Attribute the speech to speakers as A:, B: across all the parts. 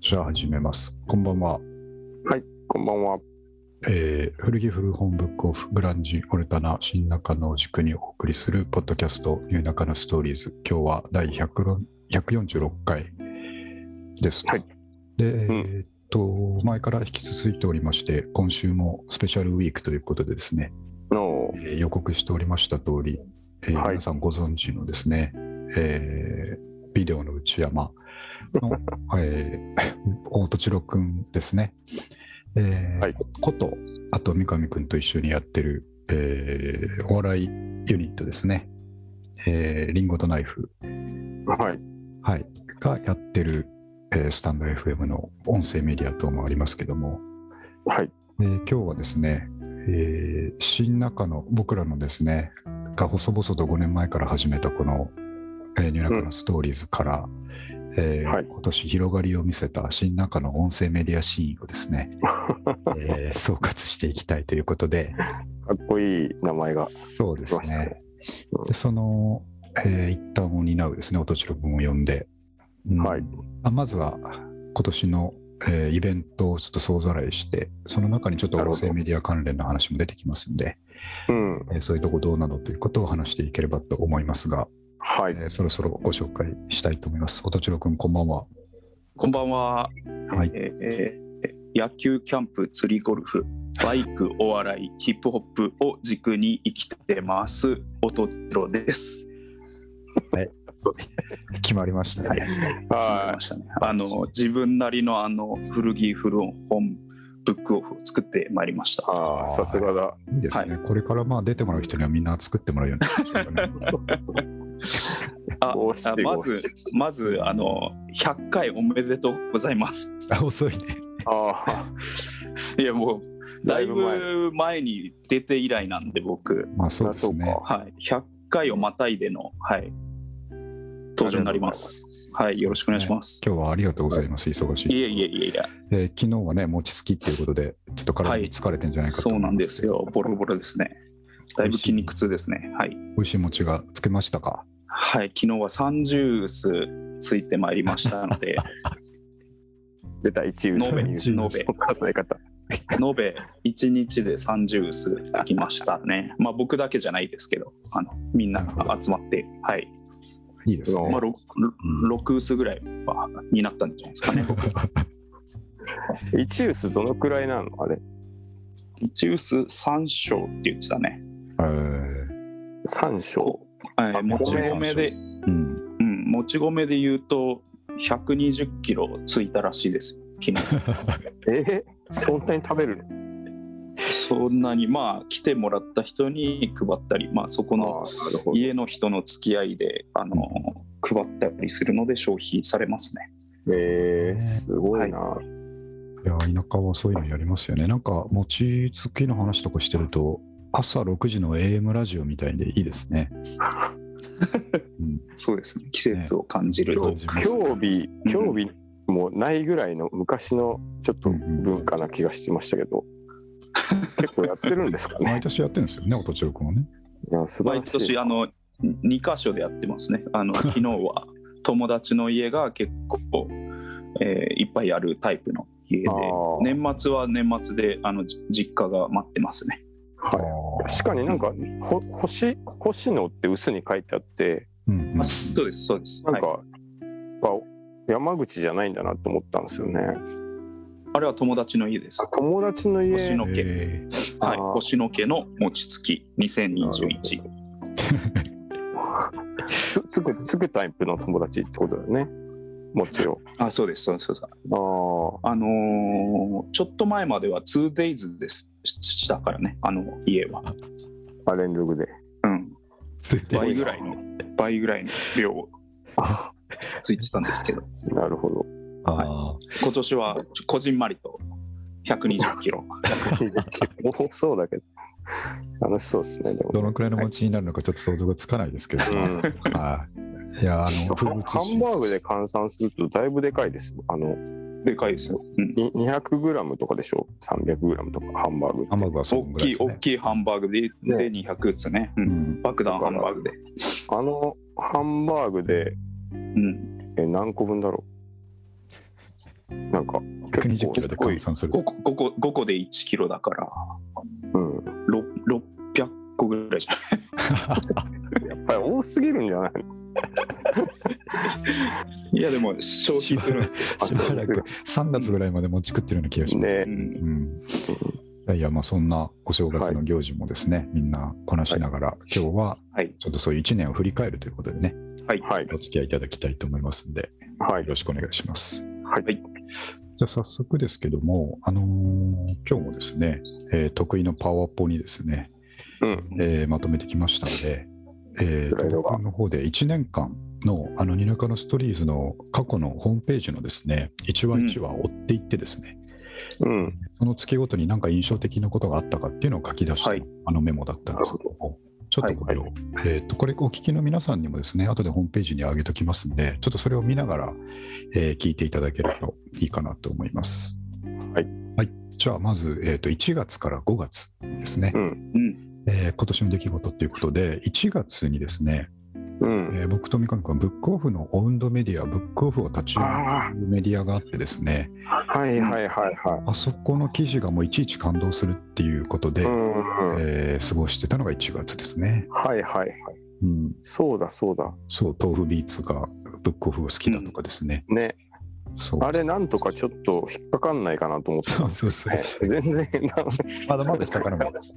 A: じゃあ始めます。こんばんは。
B: はい、こんばんは。
A: えー古着古本ブックオフグランジオルタナ新中野を軸にお送りするポッドキャスト「ニューナカのストーリーズ」今日は第100 146回です。
B: はい
A: で、
B: うん
A: えーっと前から引き続いておりまして今週もスペシャルウィークということでですね、
B: の
A: え、ー予告しておりました通り、えー
B: はい
A: 皆さんご存知のですね、えービデオの内山 の、えー大栃郎くんですね、えー
B: はい
A: ことあと三上くんと一緒にやってる、えーお笑いユニットですね、えーリンゴとナイフ、
B: はい、
A: はい、がやってる、えースタンド FM の音声メディア等もありますけども、
B: はい、
A: えー今日はですね、えー新中野僕らのですねが細々と5年前から始めたこの「えーニューナカのストーリーズ」から、えー
B: はい
A: 今年広がりを見せた新中野音声メディアシーンをです ね、えー総括していきたいということで
B: かっこいい名前が。
A: そうですね
B: うん
A: でその、えー一端を担うですね音千代君を呼んで、うん
B: はい
A: あまずは今年の、えーイベントをちょっと総ざらいしてその中にちょっと音声メディア関連の話も出てきますんで
B: うん、
A: えーそういうとこどうなのということを話していければと思いますが、
B: はい、
A: えーそろそろご紹介したいと思います。おとちろくん、こんばんは。
C: こんばんは。
A: はい
C: えーえー野球キャンプ、釣りゴルフ、バイク、お笑い、ヒップホップを軸に生きてます。音ちろです。
A: 決まりましたね。
C: わかり
B: は
C: ましたね。あの自分なりのあの古着古本ブックオフを作ってまいりまし
B: い、
C: た。
B: ああ、さすがだ。
A: いいですね。これからまあ出てもらう人にはみんな作ってもらうようになりま したね
C: あ
B: 帽子
C: あま
B: 帽
C: ず
B: 子
C: まずあの100回おめでとうございます。
A: あ、遅いね。
B: ああ、
C: いやもうだい
B: だい
C: ぶ前に出て以来なんで僕。
A: まあそうですね
B: あ。
C: はい、100回をまたいでの、はい、登場になります。はい、よろしくお願いします。
A: 今日はありがとうございます。忙しい。
C: いえいえいえいえ、
A: えー昨日はね、餅つきっていうことで、ちょっと体に疲れてんじゃないかと
C: そう
A: 思い
C: な
A: ま
C: んです。よ。ボロボロですね。だいぶ筋肉痛ですね。はい。
A: 美味しい餅がつけましたか
C: はい、昨日は30数ついてまいりましたの で、
B: 出た一ウス
C: 延べ、
B: に。
C: 延
B: 数え方。
C: べ、延べ1日で30数つきましたね。まあ僕だけじゃないですけど、あのみんなが集まって、はい。
A: いいです
B: う
A: ね
B: ん
C: まあ。ろ6数ぐらいはになったんじゃないですか ね。
B: 一ウスどのくらいなのあれ
C: 1数3章って言ってたね。
A: えー
B: 三章。
C: は
B: あ
C: い、もち
B: 米
C: 米で、
A: うん。
C: うん、もち米で言うと120キロついたらしいです昨日
B: えー、そんなに食べるの
C: そんなにまあ来てもらった人に配ったりまあそこ
B: ああ、
C: の
B: なるほど。
C: 家の人の付き合いであの配ったりするので消費されますね
B: えー、すごいな。
A: いや田舎はそういうのやりますよね。なんか餅つきの話とかしてると朝6時の AM ラジオみたいでいいですね。うん、
C: そうですね季節を感じる
A: ね
C: と、
A: 今日
B: 興味、興味もないぐらいの昔のちょっと文化な気がしてましたけど、結構やってるんですか ね
A: 毎。年やってるんですよね、おとちろくんはね。
B: いや素晴
C: 毎
B: らしい
C: 年あの2箇所でやってますねあの昨日は友達の家が結構、えーいっぱいあるタイプの家で
B: あー
C: 年末は年末であのじ実家が待ってますね
B: はい
A: あー
B: 確かになんかほ星星野って薄に書いてあって
A: うんうん
C: あそうですそうです
B: なんか、
C: はい、
B: あ山口じゃないんだなと思ったんですよね
C: あれは友達の家です
B: 友達の家
C: 星野家
A: え
C: はい
B: あー
C: 星野家の餅つき2021
B: つつくつくタイプの友達ってことだよねもちろん
C: あそうですそうですそうです
B: あ
C: あのーちょっと前までは 2days ですししたからねあの家は
B: あ連続で
C: うん
A: ー
C: 倍ぐらいの倍ぐらいの 量をついてたんですけど
B: なるほ ど
A: あ
C: 今年はこじんまりと120キロ
B: 多そうだけど楽しそうですねで
A: ーど
B: も
A: のくらいの餅になるのかちょっと想像がつかないですけど、
B: うん
A: はいいやあの風物詩
B: ハンバーグで換算するとだいぶでかいですあの
C: でかいですよ、うん、
B: に 200g とかでしょ 300g とかハンバーグって
A: ハンバーグはその
C: 大
A: ぐらいで
C: きい
A: す、ね、
C: 大きいハンバーグでで200ですね、う、
A: うんん
C: 爆弾ハンバーグで、
B: あのハンバーグで
C: うん、
B: え何個分だろなんか結構
A: 120キロで換算する
C: 5個 ,5 個5個で1キロだから
B: うん、
C: ろ600個ぐらいじ
B: や
C: ゃ
B: っぱり多すぎるんじゃない
C: ないいやでも消費するんですよ
B: と
A: しばらく3月ぐらいまで持ち食ってるような気がし
B: の
A: ます。
B: ね
C: うん
A: うん、いやいやまあそんなお正月の行事もですね、みんなこなしながら、今日は
C: はい
A: ちょっとそういう1年を振り返るということでね
C: はい
B: はい
A: お付き合いいただきたいと思いますんで
B: は
A: よ
B: い
A: ろしくお願いします。
B: はい
C: はい
A: じゃあ早速ですけども、あのー今日もですね、えー得意のパワポにですね、
B: うん
A: えーまとめてきましたので、え
B: スライド
A: ー、
B: が
A: 僕の方で1年間のあの、ニナカのストーリーズの過去のホームページのですね、1話1話追っていってですね、
B: うん
A: その月ごとに何か印象的なことがあったかっていうのを書き出した、
C: はい
A: あのメモだったんですけども、ちょっとこれを、えーと、これお聞きの皆さんにもですね、後でホームページに上げときますんで、ちょっとそれを見ながら、えー聞いていただけるといいかなと思います。
B: はい。
A: はい、じゃあ、まず、えーと、1月から5月ですね、
B: うん
C: うん
A: えー今年の出来事ということで、1月にですね、
B: うん
A: えー僕と三上君はブックオフのオウンドメディア、ブックオフを立ち上
B: あ
A: げるメディアがあってですね、
B: はいはいはいは
A: あそこの記事がもういちいち感動するっていうことで、
B: いうんうん
A: えー過ごしてたのが1月ですね。
B: はいはいはい
A: うん、
B: そうだそうだ
A: そう、豆腐ビーツがブックオフを好きだとかですね。
B: ね
A: そう
B: あれなんとかちょっと引っかかんないかなと思って
A: そうそうそう。
B: ね全然な
A: まだまだ引っかかるもんです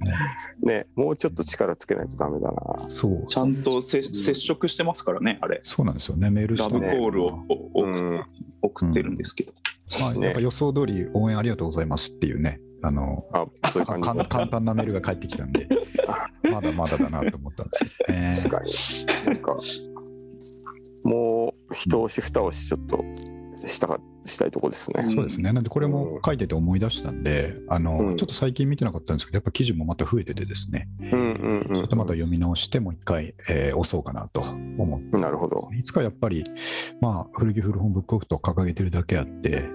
A: ね。
B: ねもうちょっと力つけないとダメだな
A: そう。
C: ちゃんとせ接触してますからねあれ
A: そうなんですよね、メール
C: ラ
A: したの
C: ブコ
A: が
C: ールをお
B: う
C: 送
B: ん
C: 送ってるんですけど、
A: まあ、
B: ね
A: やっぱ予想通り応援ありがとうございますっていうね、あの、
B: あそういう
A: か
B: 感じ
A: ん簡単なメールが返ってきたん で、まだまだだなと思ったんですよね。
B: 確かになんかもう一押し二押しちょっとしたかしたいとこですね
A: そうですね。なんで、これも書いてて思い出したんで、あの、
B: うん
A: ちょっと最近見てなかったんですけど、やっぱ記事もまた増えててですね、
B: うんうん
A: ちょっとまた読み直して、もう一回、えー押そうかなと思って。
B: うんなるほど
A: いつかやっぱり、まあ、古着古本ブックオフと掲げてるだけあって、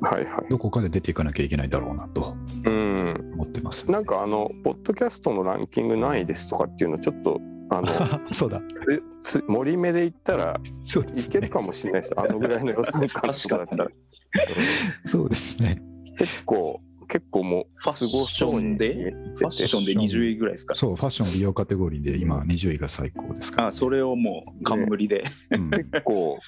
B: はいはい
A: どこかで出ていかなきゃいけないだろうなと
B: うん
A: 思ってます。
B: なんかあのポッドキャストのランキング何位ですとかっていうのちょっとあの
A: そうだ、
B: つつ森目で言ったら
A: そうで
B: い
A: す
B: ける
A: ね。
B: かもしれないですあのぐらいの予算感とかだったら
A: そうですね。
B: 結構結構もう
C: ファッションでファッションで20位ぐらいですか
A: そう、ファッション美容カテゴリーで今20位が最高ですから、
C: あそれをもう冠で、
A: うん
B: 結構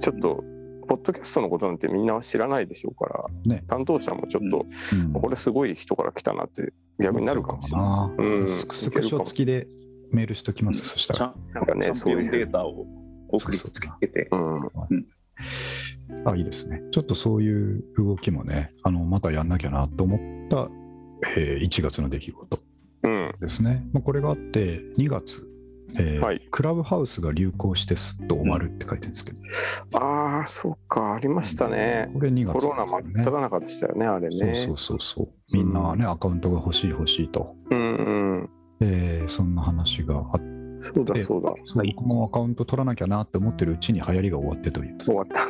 B: ちょっとポッドキャストのことなんてみんな知らないでしょうから、
A: ね
B: 担当者もちょっと、
A: うん
B: これすごい人から来たなって逆になるかもしれないです、うん、
A: スクスクショ付きでメールしときます、そした
C: ちゃ
A: ら。
C: ん
B: なんか
C: チ
B: ね
C: ャン
B: そう
C: ピオ
B: い
C: ン
B: う
C: データを送りつけて
B: うん
A: あ、いいですね。ちょっとそういう動きもね、あのまたやんなきゃなと思った、えー1月の出来事
B: うん
A: ですね。まあ、これがあって、2月、えー
B: はい
A: クラブハウスが流行してすっと終わるって書いてるんですけど、
B: ああそうかありましたね、
A: これ2
B: コ
A: 月
B: ロナ真っ
A: ですよ
B: 只中でしたよねあれね
A: ね。そうそうそうそう。みんなね、アカウントが欲しい欲しいと。
B: うんうん
A: えーそんな話があって、
B: そうだそうだ
A: そう僕もアカウント取らなきゃなって思ってるうちに流行りが終わってという。
B: 終わった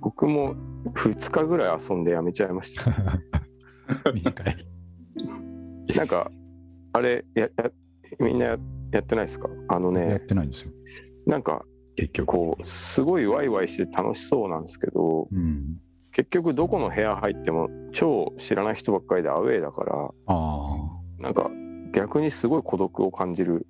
B: 僕も2日ぐらい遊んでやめちゃい ました
A: 短い。
B: なんかあれややみんなややってないですかあの
A: やっ
B: ね
A: てないんですよ、
B: なんか
A: 結局。
B: こうすごいワイワイして楽しそうなんですけど
A: うん、
B: 結局どこの部屋入っても超知らない人ばっかりでアウェーだから
A: あ
B: なんか逆にすごい孤独を感じる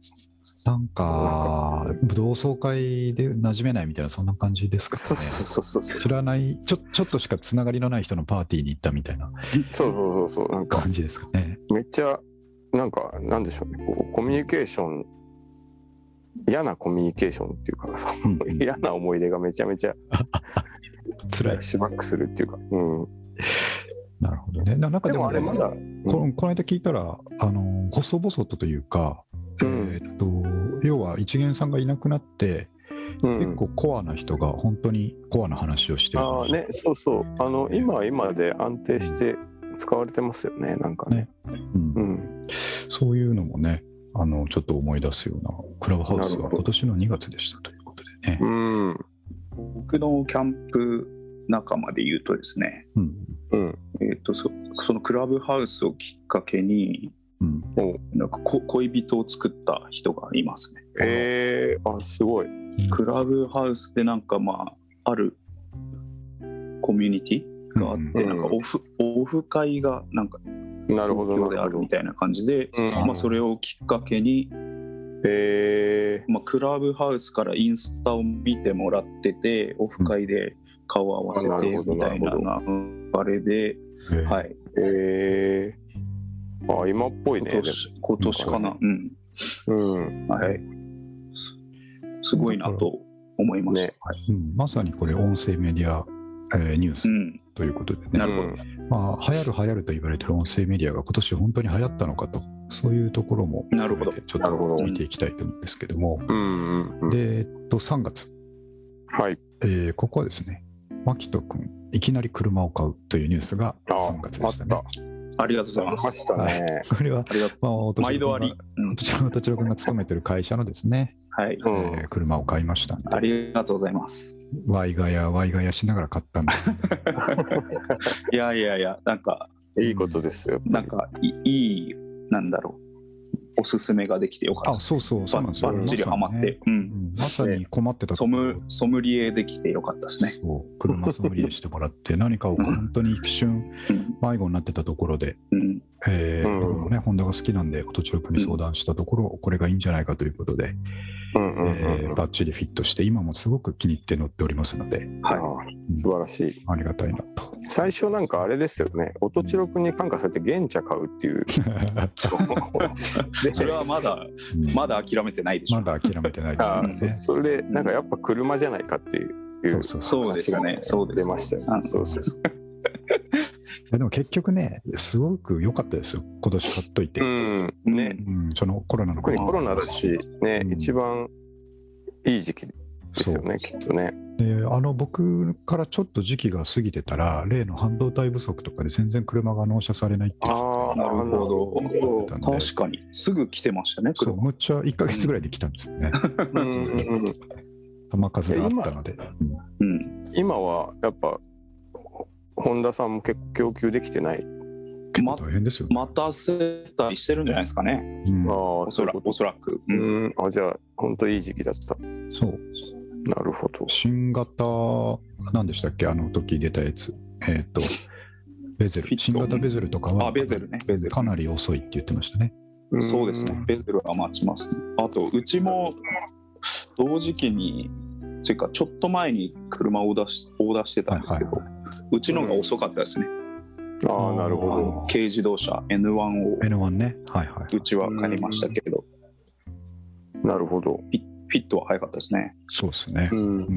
A: あ、なんか、同窓会で馴染めないみたいな、そんな感じですかね。
B: そうそうそうそう
A: 知らないちょ、ちょっとしかつながりのない人のパーティーに行ったみたいな
B: そうそうそうそうなんか
A: 感じですかね。
B: めっちゃなんかなんでしょうねこうコミュニケーション嫌なコミュニケーションっていうかさ
A: うん
B: 嫌な思い出がめちゃめちゃフ
A: 辛
B: ラ
A: い
B: ッ。シュバックするっていうか、うん、
A: なるほどね。ななんか
B: で
A: で
B: も
A: も
B: あ
A: ね、
B: れまだ、
A: このこの間聞いたら、あの細々とというか、
B: うん
A: えーっと要は一元さんがいなくなって、
B: うん、
A: 結構コアな人が本当にコアな話をしてる
B: ああねそうそうあの今は今で安定して使われてますよねなんかね
A: ねうん
B: うん
A: そういうのもねあのちょっと思い出すようなクラブハウス
B: なる
A: が
B: ほど
A: 今年の2月でしたということでね。
B: うん
C: 僕のキャンプ仲間で言うとですね、
A: うん
B: うん
C: えー、とそそのクラブハウスをきっかけに
A: うん
C: なんかこ恋人を作った人がいますね。
B: えー、あすごい
C: クラブハウスでなんかまああるコミュニティがあっ
A: うん
C: て、なんかオフオフ会がなんか
B: なるほ
C: 東
B: どな
C: 京で
B: る
C: あ
B: ほ
C: る
B: ど
C: み。たいな感じで、
B: うん
A: あ
C: まあ、それをきっかけに、
B: え
C: まあ、クラブハウスからインスタを見てもらっててオフ会で顔を合わせ
B: あなるほ
C: て
B: ど
C: みたいな
B: な
C: なうんあれで、
A: えー
C: はい、
B: ー、えー。あ、今っぽい
C: 今
B: ね。で
C: 年今年かな、うん
B: もうん。
C: はい、すごいなと思いました。
B: ね
C: はい
A: うんまさにこれ音声メディア、えーニュー
C: う
A: ス
C: ん
A: ということでね、
C: なるほど
B: うん
A: まあ、流行る流行ると言われてる音声メディアが今年本当に流行ったのかとそういうところも
C: なるほど
A: 含めてちょっ
B: なるほ
A: と
B: ど
A: 見ていきたいと思うんですけども、
B: うんうんうん。
A: で、えっと、3月、
B: はい。
A: えーここはですね牧人君いきなり車を買うというニュースが
B: あ
A: 3月でしたね
B: あっ
C: ありがとうござい
B: あり
C: ま
B: ますし。たね。
A: これは、
C: ありがと
A: まあ、お
C: う毎度あ
A: 君
C: り
A: が。
C: うん
A: とち ろくんとちろくんが勤めてる会社のですね、
C: はい。
B: う
A: えー車を買いましたんで
C: ありがとうございます。
A: ワイガヤワイガヤしながら買ったんですけど
C: いやいやいや、なんか、
B: ん。いいことですよ。
C: なんかい、いい、なんだろう、おすすめができてよか
A: あ
C: った。
A: そうそうそう
C: ば
A: なん
C: ば
A: ですよ
C: っちりはまっ
A: まさにね
C: て、
A: う
C: う。
A: んんまさに困ってたと
C: ソ
A: こ
C: ム、ソムリエできてよかったですね。
A: そう車ソムリエしてもらって 何かを本当に一瞬
C: うん
A: 迷子になってたところで、
C: うん。
A: えー
B: うん
A: 僕もねホンダが好きなんで音千代君に相談したところこれがいいんじゃないかということで、
B: うんうんうん
A: え
B: う
A: ー
B: ん。
A: バッチリフィットして今もすごく気に入って乗っておりますので
B: あ
C: は
B: ー素晴らしい。
A: ありがたいな と
B: 最初なんかあれですよね。音千代くんに感化されて原茶買うって いう。
C: い。それはまだ、
A: うん
C: まだ諦めてないでしょ。
A: まだ諦めてないです
B: あ
A: か
B: あ
A: ら
B: そ
A: ね
B: それでなんかやっぱ車じゃないかっていう
A: そうそうそう
C: そうですね。そうで
B: 出
C: す、
B: ましたよ、
C: あ
B: ね、そうそうそう
A: いやでも結局ねすごく良かったですよ今年買っといて、
B: うんね
A: うんそのコロナの
B: 特にコロナだしね、
A: うん
B: 一番いい時期で
A: そ
B: すよ
A: う
B: ねきっとね
A: であの僕からちょっと時期が過ぎてたら例の半導体不足とかで全然車が納車されないっていう
B: ああ
C: なるほ
B: なる
C: ど
B: ほ。
A: ど
C: 確かに。すぐ来てましたね、
A: そう
C: 車。
A: むっちゃ1か月ぐらいで来たんですよね、
B: どうんうんうん
A: 玉数があったので、うん
C: うん。
B: 今はやっぱ本田さんも結構供給できてない
A: 結構
C: ま
A: 大変ですよね、
C: 待たせたりしてるんじゃないですかね。
A: うん
B: ああ
C: おそら
B: そういうこ
C: く。
B: と
C: おそらく。
B: う
C: うん
B: んあじゃあ本当いい時期だった
A: そう
B: なるほど
A: 新型なんでしたっけあの時出たやつえっ、とベゼル
C: フィット
A: 新型ベゼルとかは
C: あ、ベゼルね。ベゼル。
A: かなり遅いって言ってましたね
C: そうですね、ベゼルは待ちますね。あと、うちも同時期に、というか、ちょっと前に車をオーダーしオーダーしてたんですけど、
A: は
C: うちのが遅かったですね、
B: ああなる
A: う
B: ほ
A: ん
C: あ
B: ど
C: の軽自動車 N1 を
A: N1 ねはいはいう
C: ちは借りましたけど、
B: なるほど
C: フィフィットは早かったですね。
A: そうですね、
B: うん
A: うん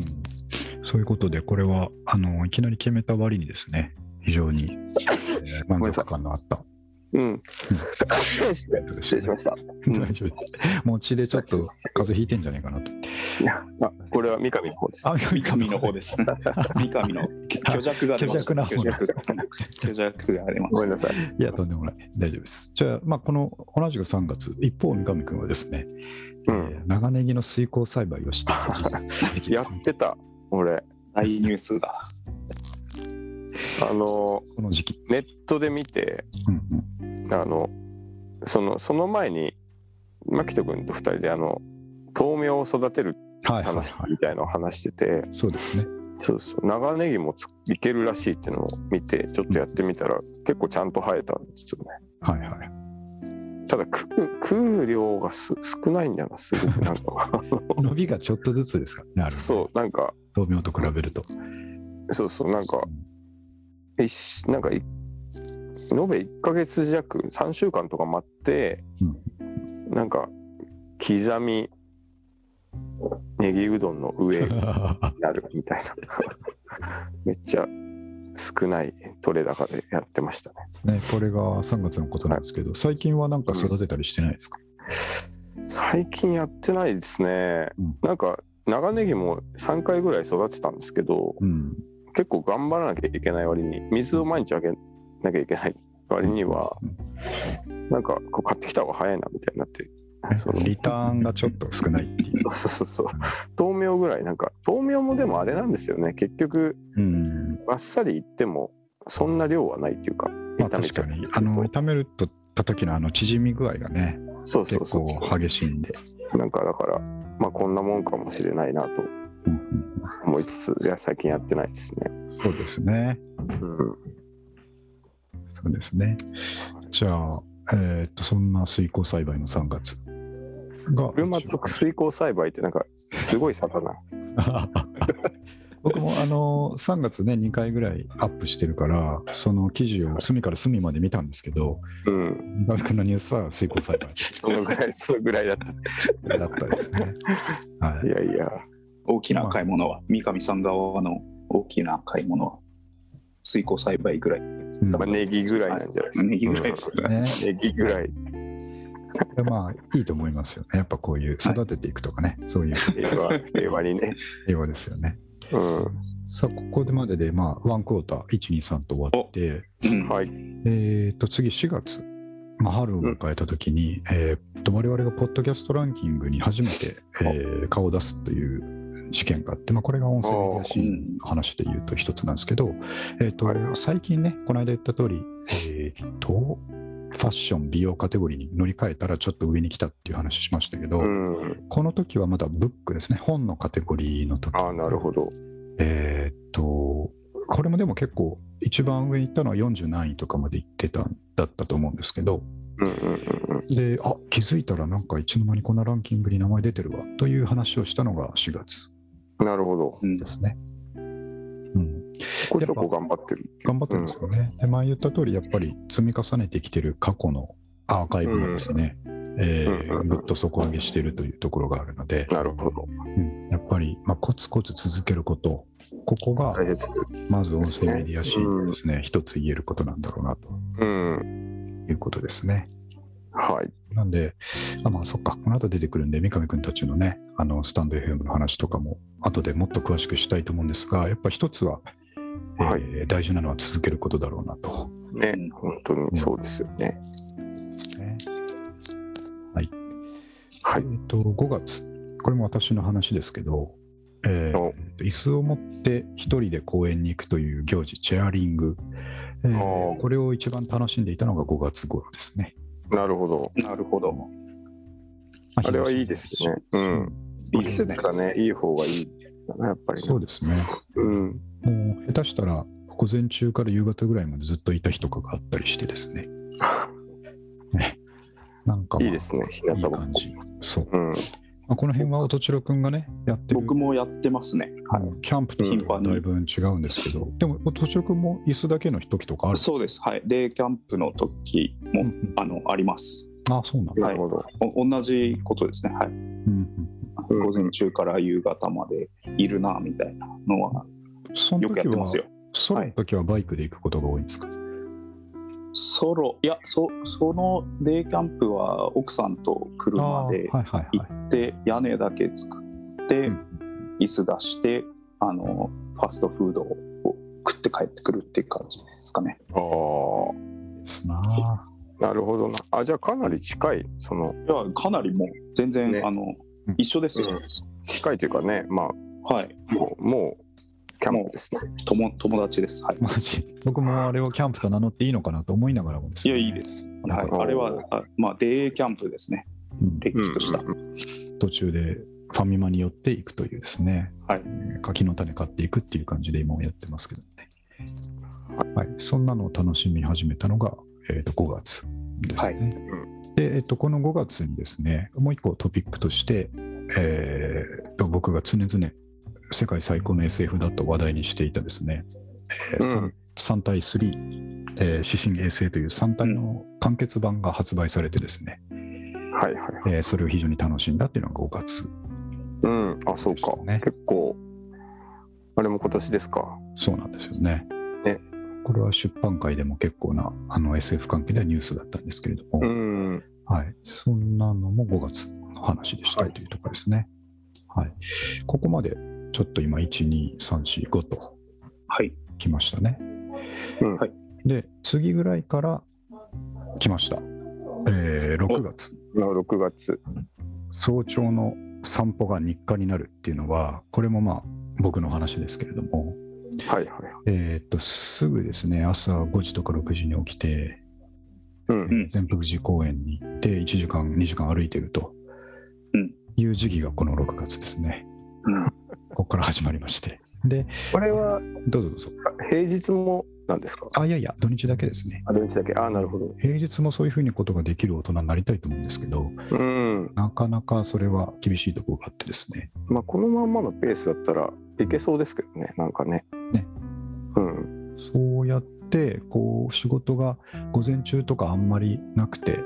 A: そういうことでこれはあのいきなり決めた割にですね非常に、え ー満足感のあった
B: うん
A: イベントで
B: 失
A: す
B: 礼し
A: ね
B: ました
A: 大丈夫もう血でちょっと風邪ひいてんじゃないか なと。
B: いやあこれは三上の方です
A: あ、
C: 三上の方です。三上の虚弱が出まし
A: 虚
C: た。
A: 弱な方
C: 虚弱虚弱が出ま
B: ご
C: し
B: めんなさい
A: いや、とんでもない。大丈夫です。じゃあ、まあ、この同じく3月、一方、三上君はですね、
B: うん
A: えー長ネギの水耕栽培をしていた時期時期
B: や
A: です
B: っ
A: ね
B: てた俺
C: た。大ニュースだ。
B: あの
A: この時期。
B: ネットで見て
A: うんうん
B: あのそのその前に牧人君と2人であの豆苗を育てる
A: はいはいは
B: 話
A: い。
B: みたいのを話してて、
A: そうですね。
B: そうそう長ネギもついけるらしいっていうのを見てちょっとやってみたら結構ちゃんと生えたんですよね
A: はいはい。
B: ただ食う食う量がす少ないんだよなすごく なんか
A: 伸びがちょっとずつですからね、あれ。
B: そうなんか
A: う。豆苗と比べると。
B: そうそうなんかいしなんかい延べ1ヶ月弱3週間とか待って、なんか刻みネギうどんの上 になるみたいな めっちゃ少ない取れ高でやってましたね
A: ね、これが3月のことなんですけど、最近はなんか育てたりしてないですか、
B: 最近やってないですね、
A: うん
B: なんか長ネギも3回ぐらい育てたんですけど
A: うん、
B: 結構頑張らなきゃいけない割に水を毎日あげなきゃいけない割にはなんかこう買ってきた方が早いなみたいになって
A: ね
B: その
A: リターンがちょっと少ないっていう。
B: そうそうそう豆苗ぐらいなんか豆苗もでもあれなんですよね結局
A: うん
B: あっさりいってもそんな量はないっていうか
A: まあ、
B: 炒
A: 確
B: めちゃ
A: か
B: う
A: にあの炒めるとった時のあの縮み具合がね
B: そう
A: 結
B: そうそうそ
A: 構激しいんで、
B: うなんかだからまあこんなもんかもしれないなと
A: うん
B: 思いつついや最近やってないですね
A: うんそうですね。
B: うん
A: そうですね。じゃあ、えーっと、そんな水耕栽培の3月が。
B: 車と水耕栽培ってなんかすごい差だな。
A: 僕もあの3月ね2回ぐらいアップしてるからその記事を隅から隅まで見たんですけど
B: うん。
A: バックのニュースは水耕栽
B: そのぐらい、そのぐらいだった。
A: 培だったです ね。はい
B: い、やいや。
C: 大きな買い物は、三上さん側の大きな買い物は、水耕栽培ぐらい、
A: うん
B: まあ、ネギぐらいなんじゃないですか。
C: ネギぐらいですね。
A: ね、
B: ネギぐらい。
A: まあいいと思いますよね。やっぱこういう育てていくとかね、そういう
B: 平和、平和にね。
A: 平和ですよね。
B: うん。
A: さあここでまでで、まあ、ワンクォーター123と終わって、
C: うん
B: はい。
A: えー、と次4月、まあ、春を迎えた時に、えー、と我々がポッドキャストランキングに初めて、えー顔を出すという試験があって、まあ、これが音声メディアシーンの話で言うと一つなんですけど、えー、と最近ねこの間言った通り、えー、とファッション美容カテゴリーに乗り換えたらちょっと上に来たっていう話しましたけど、
B: うん。
A: この時はまだブックですね本のカテゴリーの時
B: ああ、なるほど。
A: えーっと、これもでも結構、一番上に行ったのは40何位とかまで行ってたんだったと思うんですけど、
B: うんうんうん
A: で、あ気づいたらなんかいつの間にこんなランキングに名前出てるわという話をしたのが4月
B: うん。なるほど。
C: うん
A: ですね。うん、
B: こういうとこ頑張ってる。
A: 頑張ってますよね。で、前言った通り、やっぱり積み重ねてきてる過去のアーカイブがですね、えー
B: うんうん
A: ぐっと底上げしているというところがあるので、
B: なるほど。
A: うん、やっぱり、まあ、コツコツ続けること、ここが
B: 大切。
A: まず音声メディアシーンですね、一つ言えることなんだろうなと
B: うん。
A: いうことですね。
B: はい。
A: なんで、あまあそっか、この後出てくるんで、三上君たちのね、あのスタンド FM の話とかも、後でもっと詳しくしたいと思うんですが、やっぱ一つは、えー
B: はい
A: 大事なのは続けることだろうなと。
B: ね
C: うん。
B: 本当にそうですよね。
A: ね
B: はい
A: え。ーと5月、これも私の話ですけど、えー
B: お
A: 椅子を持って一人で公園に行くという行事、チェアリング、えー
B: お
A: これを一番楽しんでいたのが5月頃ですね。
B: なるほど。
C: なるほど。
A: ま
B: あれはいいですね。うん。いいですね。いい方がいい。やっぱりね。
A: そうですね。
B: うん。
A: もう下手したら午前中から夕方ぐらいまでずっといた日とかがあったりしてです ね。ねなんか、まあ
B: いいですね。日向
A: いい
B: ぼっ
A: 感
B: こ。
A: じ。そう。
B: うん。
A: まあ、この辺は音千代くんがね、やってる
C: 僕もやってますね。
A: あのキャンプとかとはだいぶ違うんですけど、でも音千代くんも椅子だけの時とかある
C: そうです。はい。デイキャンプの時も、
A: うん
C: あの、あります。
A: あ、そうなんだ。
B: なるほど。
C: お同じことですね。はい。
A: うん
B: うん
C: 午前中から夕方までいるな、みたいなのは、
A: うん、その
C: よくやっ
A: 時
C: て
A: は
C: ます、よ。
A: ソロの時はバイクで行くことが多いんですか、
C: ソロ、いや、そそのデイキャンプは奥さんと
A: あ
C: 車
A: ー
C: で
A: はいはい
C: 行
A: はい。
C: って、屋根だけ作って、椅子出して、あの、ファストフードを食って帰ってくるっていう感じですかね。
B: ああ
A: ですなあ。
B: なるほどな。あ、じゃあかなり近い、その、
C: いや、かなりもう、全然、
B: ね
C: あの
A: うん、
C: 一緒ですよ。
B: うん近いというかね、ま
C: はい。
B: あ、もう、もう、キャンプですね。
C: 友友達です。はい。
A: マジ僕もあれをキャンプと名乗っていいのかなと思いながらもです
C: い
A: ね
C: や、いいです。
A: な
C: は
A: ん
C: い
A: か、
C: あれは、あまあ、デイキャンプですね、
A: うん
C: れっきとした。
B: うんうん
A: 途中でファミマに寄っていくというですね、
C: はい
A: えー柿の種買っていくっていう感じで今もやってますけどね、はいそんなのを楽しみ始めたのが、えー、と5月ですね、
C: はい
A: で、えー、とこの5月にですねもう一個トピックとして、えー、と僕が常々世界最高の SF だと話題にしていたですね、えー
B: うん
A: 3, 対3、えー、指針衛星という3体の完結版が発売されてですね、
B: はいはいはい。
A: えーそれを非常に楽しんだっていうのが5月
B: うん、あ、そうか。
A: ね
B: 結構、あれも今年ですか。
A: そうなんですよね。
B: ね
A: これは出版界でも結構なあの SF 関係ではニュースだったんですけれども、
B: うん。
A: はい、そんなのも5月の話でした
B: はい
A: というところですね。はい、ここまでちょっと今1、2、3、4、5と
C: はい。
A: 来ましたね。
B: うん
C: はい
A: で、次ぐらいから来ました。えー6月。
B: の6月。
A: 早朝の散歩が日課になるっていうのはこれもまあ僕の話ですけれども、
B: はいはい。
A: えーっとすぐですね朝5時とか6時に起きて
B: うん。
C: うん
A: 善福寺公園に行って1時間2時間歩いてると
C: うん
A: いう時期がこの6月ですね
C: うん
A: ここから始まりましてで、
B: これは
A: どうぞどうぞ。
B: 平日もなんですか
A: あ、いやいや、土日だけですね。
B: あ土日だけああなるほど
A: 平日もそういうふうにことができる大人になりたいと思うんですけど、
B: うん
A: なかなかそれは厳しいところがあってですね。
B: まあこのまんまのペースだったらいけそうですけどねなんかね
A: ね
B: うん
A: そうやって、こう、仕事が午前中とかあんまりなくて、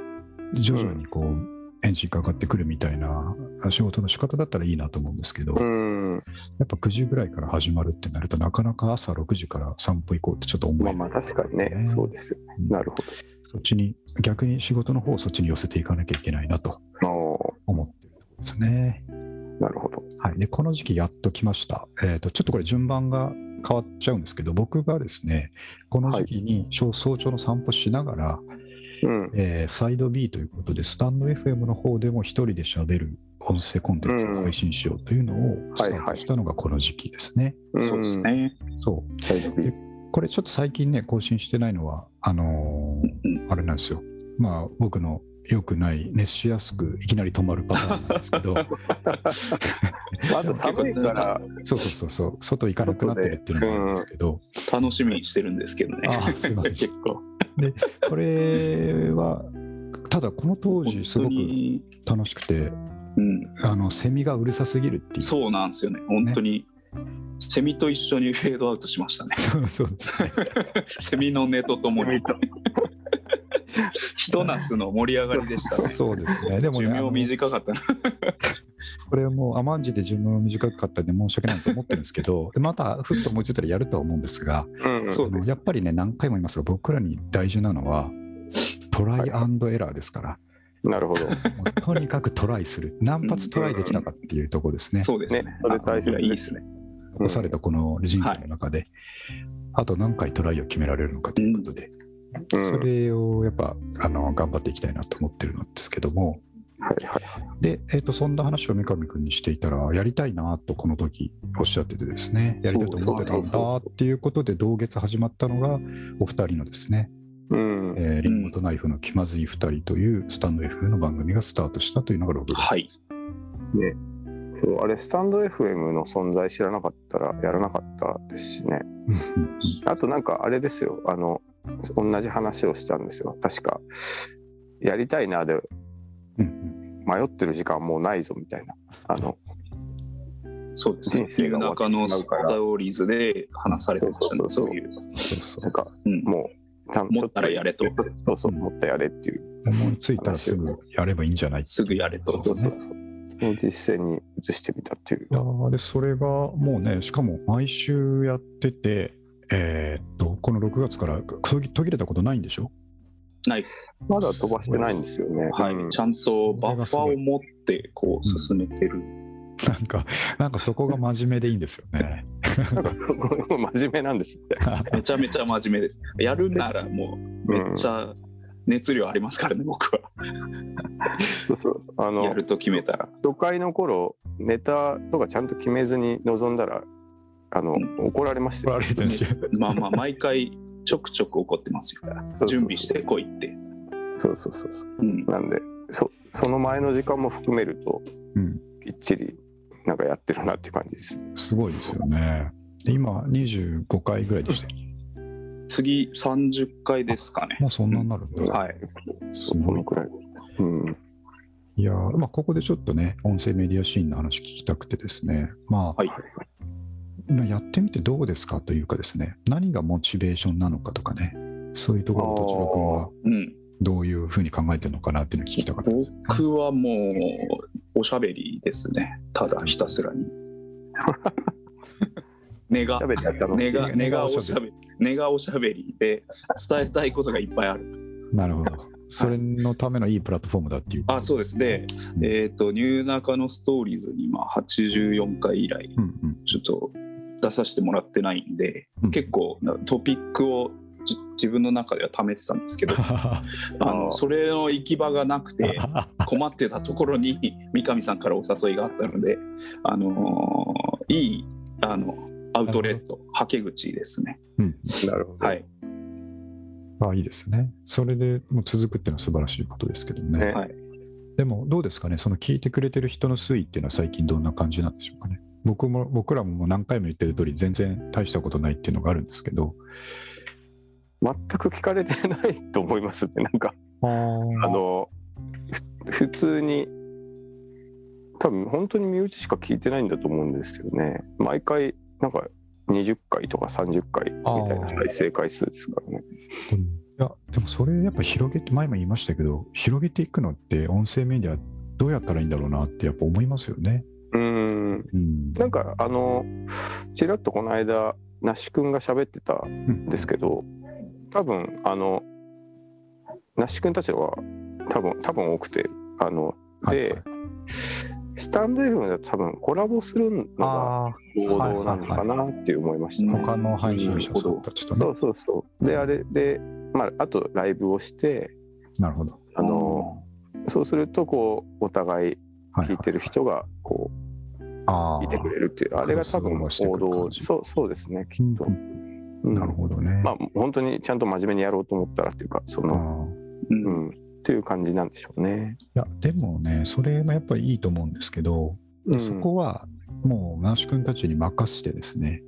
A: 徐々にこう、エンジンかかってくるみたいな仕事の仕方だったらいいなと思うんですけど、
B: うん
A: やっぱ9時ぐらいから始まるってなると、なかなか朝6時から散歩行こうってちょっと思え
B: ま
A: な
B: あ
A: い
B: まあ確かにね
A: ね
B: そうですよね
A: うん
B: なるほど
A: そっちに、逆に仕事の方をそっちに寄せていかなきゃいけないなと
B: あ
A: 思ってるところですね。
B: あなるほど
A: はい、でこの時期やっと来ました、えーと。ちょっとこれ順番が変わっちゃうんですけど、僕がですね、この時期に早早朝の散歩しながら、
B: うん
A: えーサイド B ということで、スタンド FM の方でも一人で喋る音声コンテンツを配信しようというのをスタートしたのがこの時期ですね。
C: そうですね。
A: そう
B: はい
A: でこれちょっと最近ね更新してないのはあのー
C: うん
A: あれなんですよまあ僕の良くない熱しやすくいきなり止まるパターンなんです けど
B: まああと寒いから
A: そうそうそうそう外行かなくなってるっていうのもあるんですけど、
C: 楽しみにしてるんですけどね。
A: あすい ません
C: 結構。
A: これはただこの当時すご
C: 本当
A: く
C: に
A: 楽しくて
C: うん、
A: あのセミがうるさすぎるっていう
C: そうなんですよね。本当に、セミと一緒にフェードアウトしましたね。
A: そうそうですね
C: セミの音とともに。 ひと夏の盛り上がりでした ね。
A: そうです ねでもね
C: 寿
A: あ
C: 命
A: の
C: 短かったな。
A: これもう甘んじて寿命短かったんで申し訳ないと思ってるんですけどでまたふっと思いついたらやるとは思うんですが
B: うん
C: そう
A: あのやっぱりね何回も言いますが僕らに大事なのはトライアンドエラーですから、
B: なるほど
A: もうとにかくトライする何発トライできたかっていうところですね、
C: そうですね。
B: ねそれ大切
C: あいいですね。
A: 残されたこの人生の中で、あと何回トライを決められるのかということで、
B: うん
A: それをやっぱあの頑張っていきたいなと思ってるんですけども
B: はいはい
A: で、えー、とそんな話を三上君にしていたらやりたいなとこの時おっしゃっててですねやりたいと思ってたんだっていうことで同月始まったのがお二人のですね
B: うん
A: えーリンゴとナイフの気まずい2人というスタンド F の番組がスタートしたというのが6月。
C: はい。
B: そうあれスタンド FM の存在知らなかったらやらなかったですしねあとなんかあれですよあの同じ話をしたんですよ確かやりたいなで
A: うんうん
B: 迷ってる時間もうないぞみたいなあの
C: そうですね。
B: 人生
C: 夜
B: が終わって
C: 中
B: しま
C: の
B: うから
C: スタオリーズで話されてました
B: そ
C: ね。そう
B: そうそうそう
C: ういう。
A: そうそ
B: なん
A: う
B: か
C: うん、
B: もうた
C: 持ったらやれと。
B: そうそう持ったやれっていう
A: 思いついたらすぐやればいいんじゃない
C: すぐやれと。
A: そうですね
B: そうそう実践に移してみたっていう
A: いやーでそれがもうねしかも毎週やってて、えーっとこの6月から途切途切れたことないんでしょ
C: ナイス。
B: まだ飛ばしてないんですよね
C: はい、
B: うん
C: ちゃんとバッファーを持ってこ
A: う
C: う
A: ん
C: 進めてる、
A: なんかなんかそこが真面目でいいんですよね。
B: なんかこれ 真面目なんですって
C: めちゃめちゃ真面目ですやるならもうめっちゃ熱量ありますからね僕は
B: そうそうあの
C: やると決めたら
B: 初回の頃ネタとかちゃんと決めずに臨んだらあの、
C: うん
B: 怒られまし
A: 怒
B: た
A: ら
B: よ
A: れてるし
C: まあまあ毎回ちょくちょく怒ってますよ準備してこいって、
B: そうそうそうそう
C: うん、
B: なんでそその前の時間も含めると
A: うん
B: きっちりなんかやってるなっていう感じです
A: すごいですよね。で今25回ぐらいでしたっけ
C: 次30回ですかね
A: もうそんなになるんだ。
C: はい
A: す
B: そ
A: ごい
B: このくらいうん
A: いやーまあ、ここでちょっとね、音声メディアシーンの話聞きたくてですね、まあ
C: はい
A: まあやってみてどうですかというかですね、何がモチベーションなのかとかね、そういうところをとちろ君は
C: うん
A: どういうふうに考えてるのかなっていうのを聞きたかったです。
C: 僕はもうおしゃべりですねただひたす らに根が
B: 食べてやったの
C: 根が根
A: 根
C: が
A: が
C: お
A: お
C: し
A: し
C: ゃ
A: ゃ
C: べり根がおしゃべりで伝えたいことがいっぱいある
A: なるほど。それのためのいいプラットフォームだって いう。
C: あそうですで
A: うん
C: えっ、とニューナカのストーリーズに今84回以来
A: うん うん
C: ちょっと出させてもらってないんで、
A: うん
C: 結構なトピックをじ自分の中では貯めてたんですけ ど
A: あ
C: あのそれの行き場がなくて 困ってたとこ ろに三上さんからお誘いがあったので、あのーいいあのアウトレットはけ口ですね。
B: なるほど、
C: はい、
A: あいいですね。それでもう続くっていうのは素晴らしいことですけどね。
B: ね
C: はい、
A: でもどうですかね、その聞いてくれてる人の推移っていうのは最近どんな感じなんでしょうかね。僕も僕らももう何回も言ってる通り全然大したことないっていうのがあるんですけど
B: 全く聞かれてないと思いますねなんか
A: あ
B: あのふ普通に多分本当に身内しか聞いてないんだと思うんですよね毎回なんか20回とか30回みたいな
A: あー
B: 再生回数ですからね
A: いやでもそれやっぱ広げて前も言いましたけど広げていくのって音声メディアどうやったらいいんだろうなってやっぱ思いますよね。
B: うーん
A: うん、
B: なんかあのちらっとこの間那須君が喋ってたんですけど多分あの那須君たちは多分多分多くてあの
A: はい
B: で
A: はい
B: スタンド FM だと多分コラボするのが
A: あ
B: 王道なのかなって思いました
A: ー
B: ね。
A: 他の配信者さんたちと
B: そ
A: ね。
B: うそうそう。であれで、まあ、あとライブをして
A: なるほど。
B: あのそうするとこうお互い
A: は
B: 聞いてる人がこ
A: あ
B: う
A: ー
B: いてくれるっていうあれが多分
A: クロスオ
B: 王
A: ーバーしてくる
B: 道
A: 感じ
B: そうそうですねきっと
A: う。
B: うん
A: なるほどね。
B: まあ本当にちゃんと真面目にやろうと思ったらっていうかそ
A: あ
B: の、
A: ー
C: うん
B: うん、っていう感じなんでしょうね。
A: いやでもねそれもやっぱりいいと思うんですけど、
B: うん
A: そこはもう那須君たちに任せてですね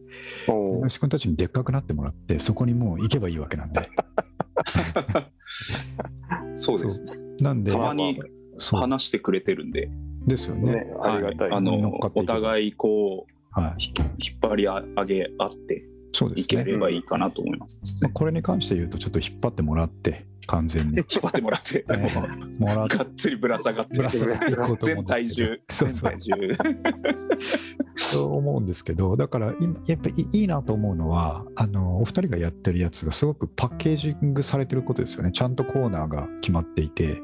B: お
A: 那
B: ー
A: 須君たちにでっかくなってもらってそこにもう行けばいいわけなんで
C: そうですね。
A: なんで
C: たまに
A: そう
C: 話してくれてるんで、
A: ですよね
B: ね、ありがたい。
C: はいあ
A: 乗っ
C: の
A: かっていけば
C: お互いこう
A: はい
C: 引き引っ張り上げ合って
A: そうで
C: い
A: すね
C: ければいいかなと思います、
A: まあこれに関して言うとちょっと引っ張ってもらって完全に
C: 引っ張っても らって、
A: ねもらって
C: がっつりぶら下がって
A: ぶら下がっていこうと思う
C: 全
A: んで
C: 体
A: すけどそう
C: 重全
A: そう
C: 体重
A: そう思うんですけどだから今やっぱりいいなと思うのはあのお二人がやってるやつがすごくパッケージングされてることですよねちゃんとコーナーが決まっていて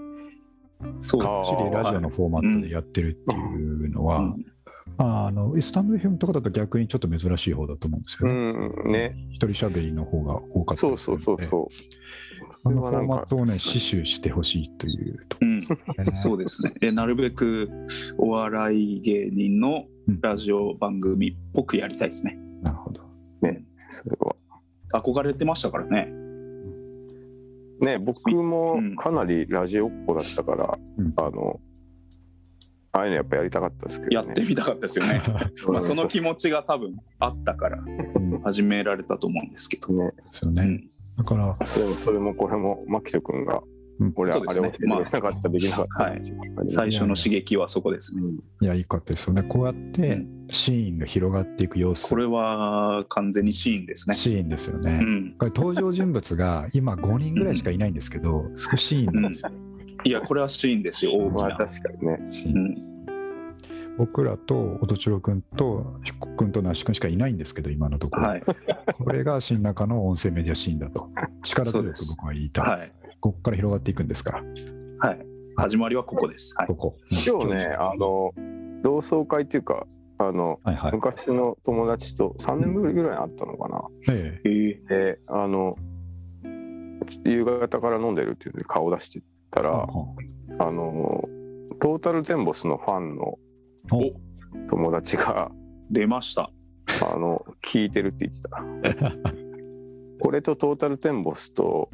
C: そう
B: か
A: がっちりラジオのフォーマットでやってるっていうのは、
C: うん
A: まあ、あのスタンド FM とかだと逆にちょっと珍しい方だと思うんですよ
B: う
A: ね。
B: んね、
A: 一人喋りの方が多かった
B: そ
A: り
B: う
A: す
B: そ
A: るの
B: う
A: で
B: そうそう。
A: あのフォーマットを
B: それはなんか
A: ね、死守してほしいというとこ
C: う
A: ろ
C: ん
A: ですね。
C: そうですねでなるべくお笑い芸人のラジオ番組っぽくやりたいですね
A: なるほど。
B: それは
C: 憧れてましたからね
B: ね僕も
C: うん
B: かなりラジオっ子だったから、
A: うん
B: あのああいうのやっぱやりたかったですけ
C: や
B: ど
C: っ
B: ね。
C: てみたかったです よね
B: うん
C: まあその気持ちが多分あったから
A: うんで
C: 始められたと思うんですけど、
B: ね、
A: すよね。
C: うん
A: だから、
B: でもそれもこれも牧人君が、
A: うん
B: 俺は
C: そう
B: あ
C: で
B: れ
C: す
B: を
C: ね
B: 教えてくれなかった、
A: まあ
B: できなかった、
C: はい
B: 一番ね
C: 最初の刺激はそこですね
B: うん
A: いや、いいことですよね。こうやってシーンが広がっていく様子、
C: これは完全にシーンですね
A: シーンですよ
C: う
A: ね。
C: ん
A: これ登場人物が今5人ぐらいしかいないんですけど、すごいシーンなんですよ。
C: いやこれはシーンですよ大き
B: まあ
C: な、
B: 確かにね。
A: シーン
C: うん、
A: 僕らと音千代君と彦君と那須君しかいないんですけど今のところ、
C: はい
A: これが新中の音声メディアシーンだと力強
C: そう
A: く
C: です
A: 僕は言いたい
C: は
A: で
C: い
A: す、ここから広がっていくんですから
C: はい始まりはここです、はい
A: ここ
B: 今日ねあの同窓会っていうかあの
A: はいはい
B: 昔の友達と3年ぶりぐらいに会ったのかな。
A: ええ
C: え
B: であの夕方から飲んでるっていうんで顔出してたら、あのトータルテンボスのファンの
A: お
B: 友 達が
C: ー出ました
B: あの聞いてるって言ってたこれとトータルテンボスと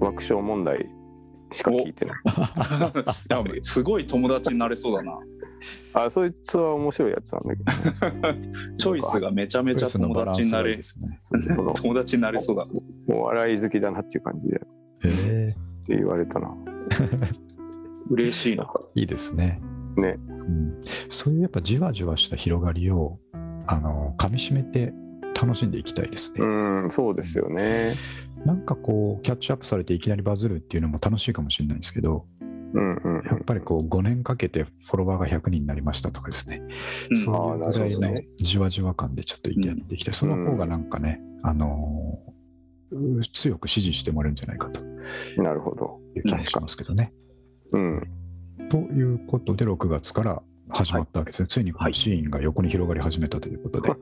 B: 爆笑問題しか聞いてない
C: いやすごい友達になれそうだな。
B: あそいつは面白いやつなんだけどね、
C: チョイスがめちゃめちゃ友達にな
A: れ
C: れ
A: で、すね
B: そのその
C: 友達になれそうだな。
B: お笑い好きだなっていう感じでっ
A: ええ
B: て言われたな
C: 嬉しいな。
A: いいですね
B: ね
A: うん、そういうやっぱじわじわした広がりをあの噛みしめて楽しんでいきたいですね、
B: うんそうですよね
A: なんかこうキャッチアップされていきなりバズるっていうのも楽しいかもしれないんですけど
B: うんうんう
A: やっ
B: ん
A: ぱりこう5年かけてフォロワーが100人になりましたとかですね、
C: うん
A: そういうぐらい
C: あーなるほど
A: の
C: ね
A: じわじわ感でちょっとやってきて、その方がなんかね、あのー強く支持してもらえるんじゃないかと
B: なるほど
A: いう気がしますけどね。
B: うん
A: ということで6月から始まったわけですね、ついにこのシーンが横に広がり始めたという ことで、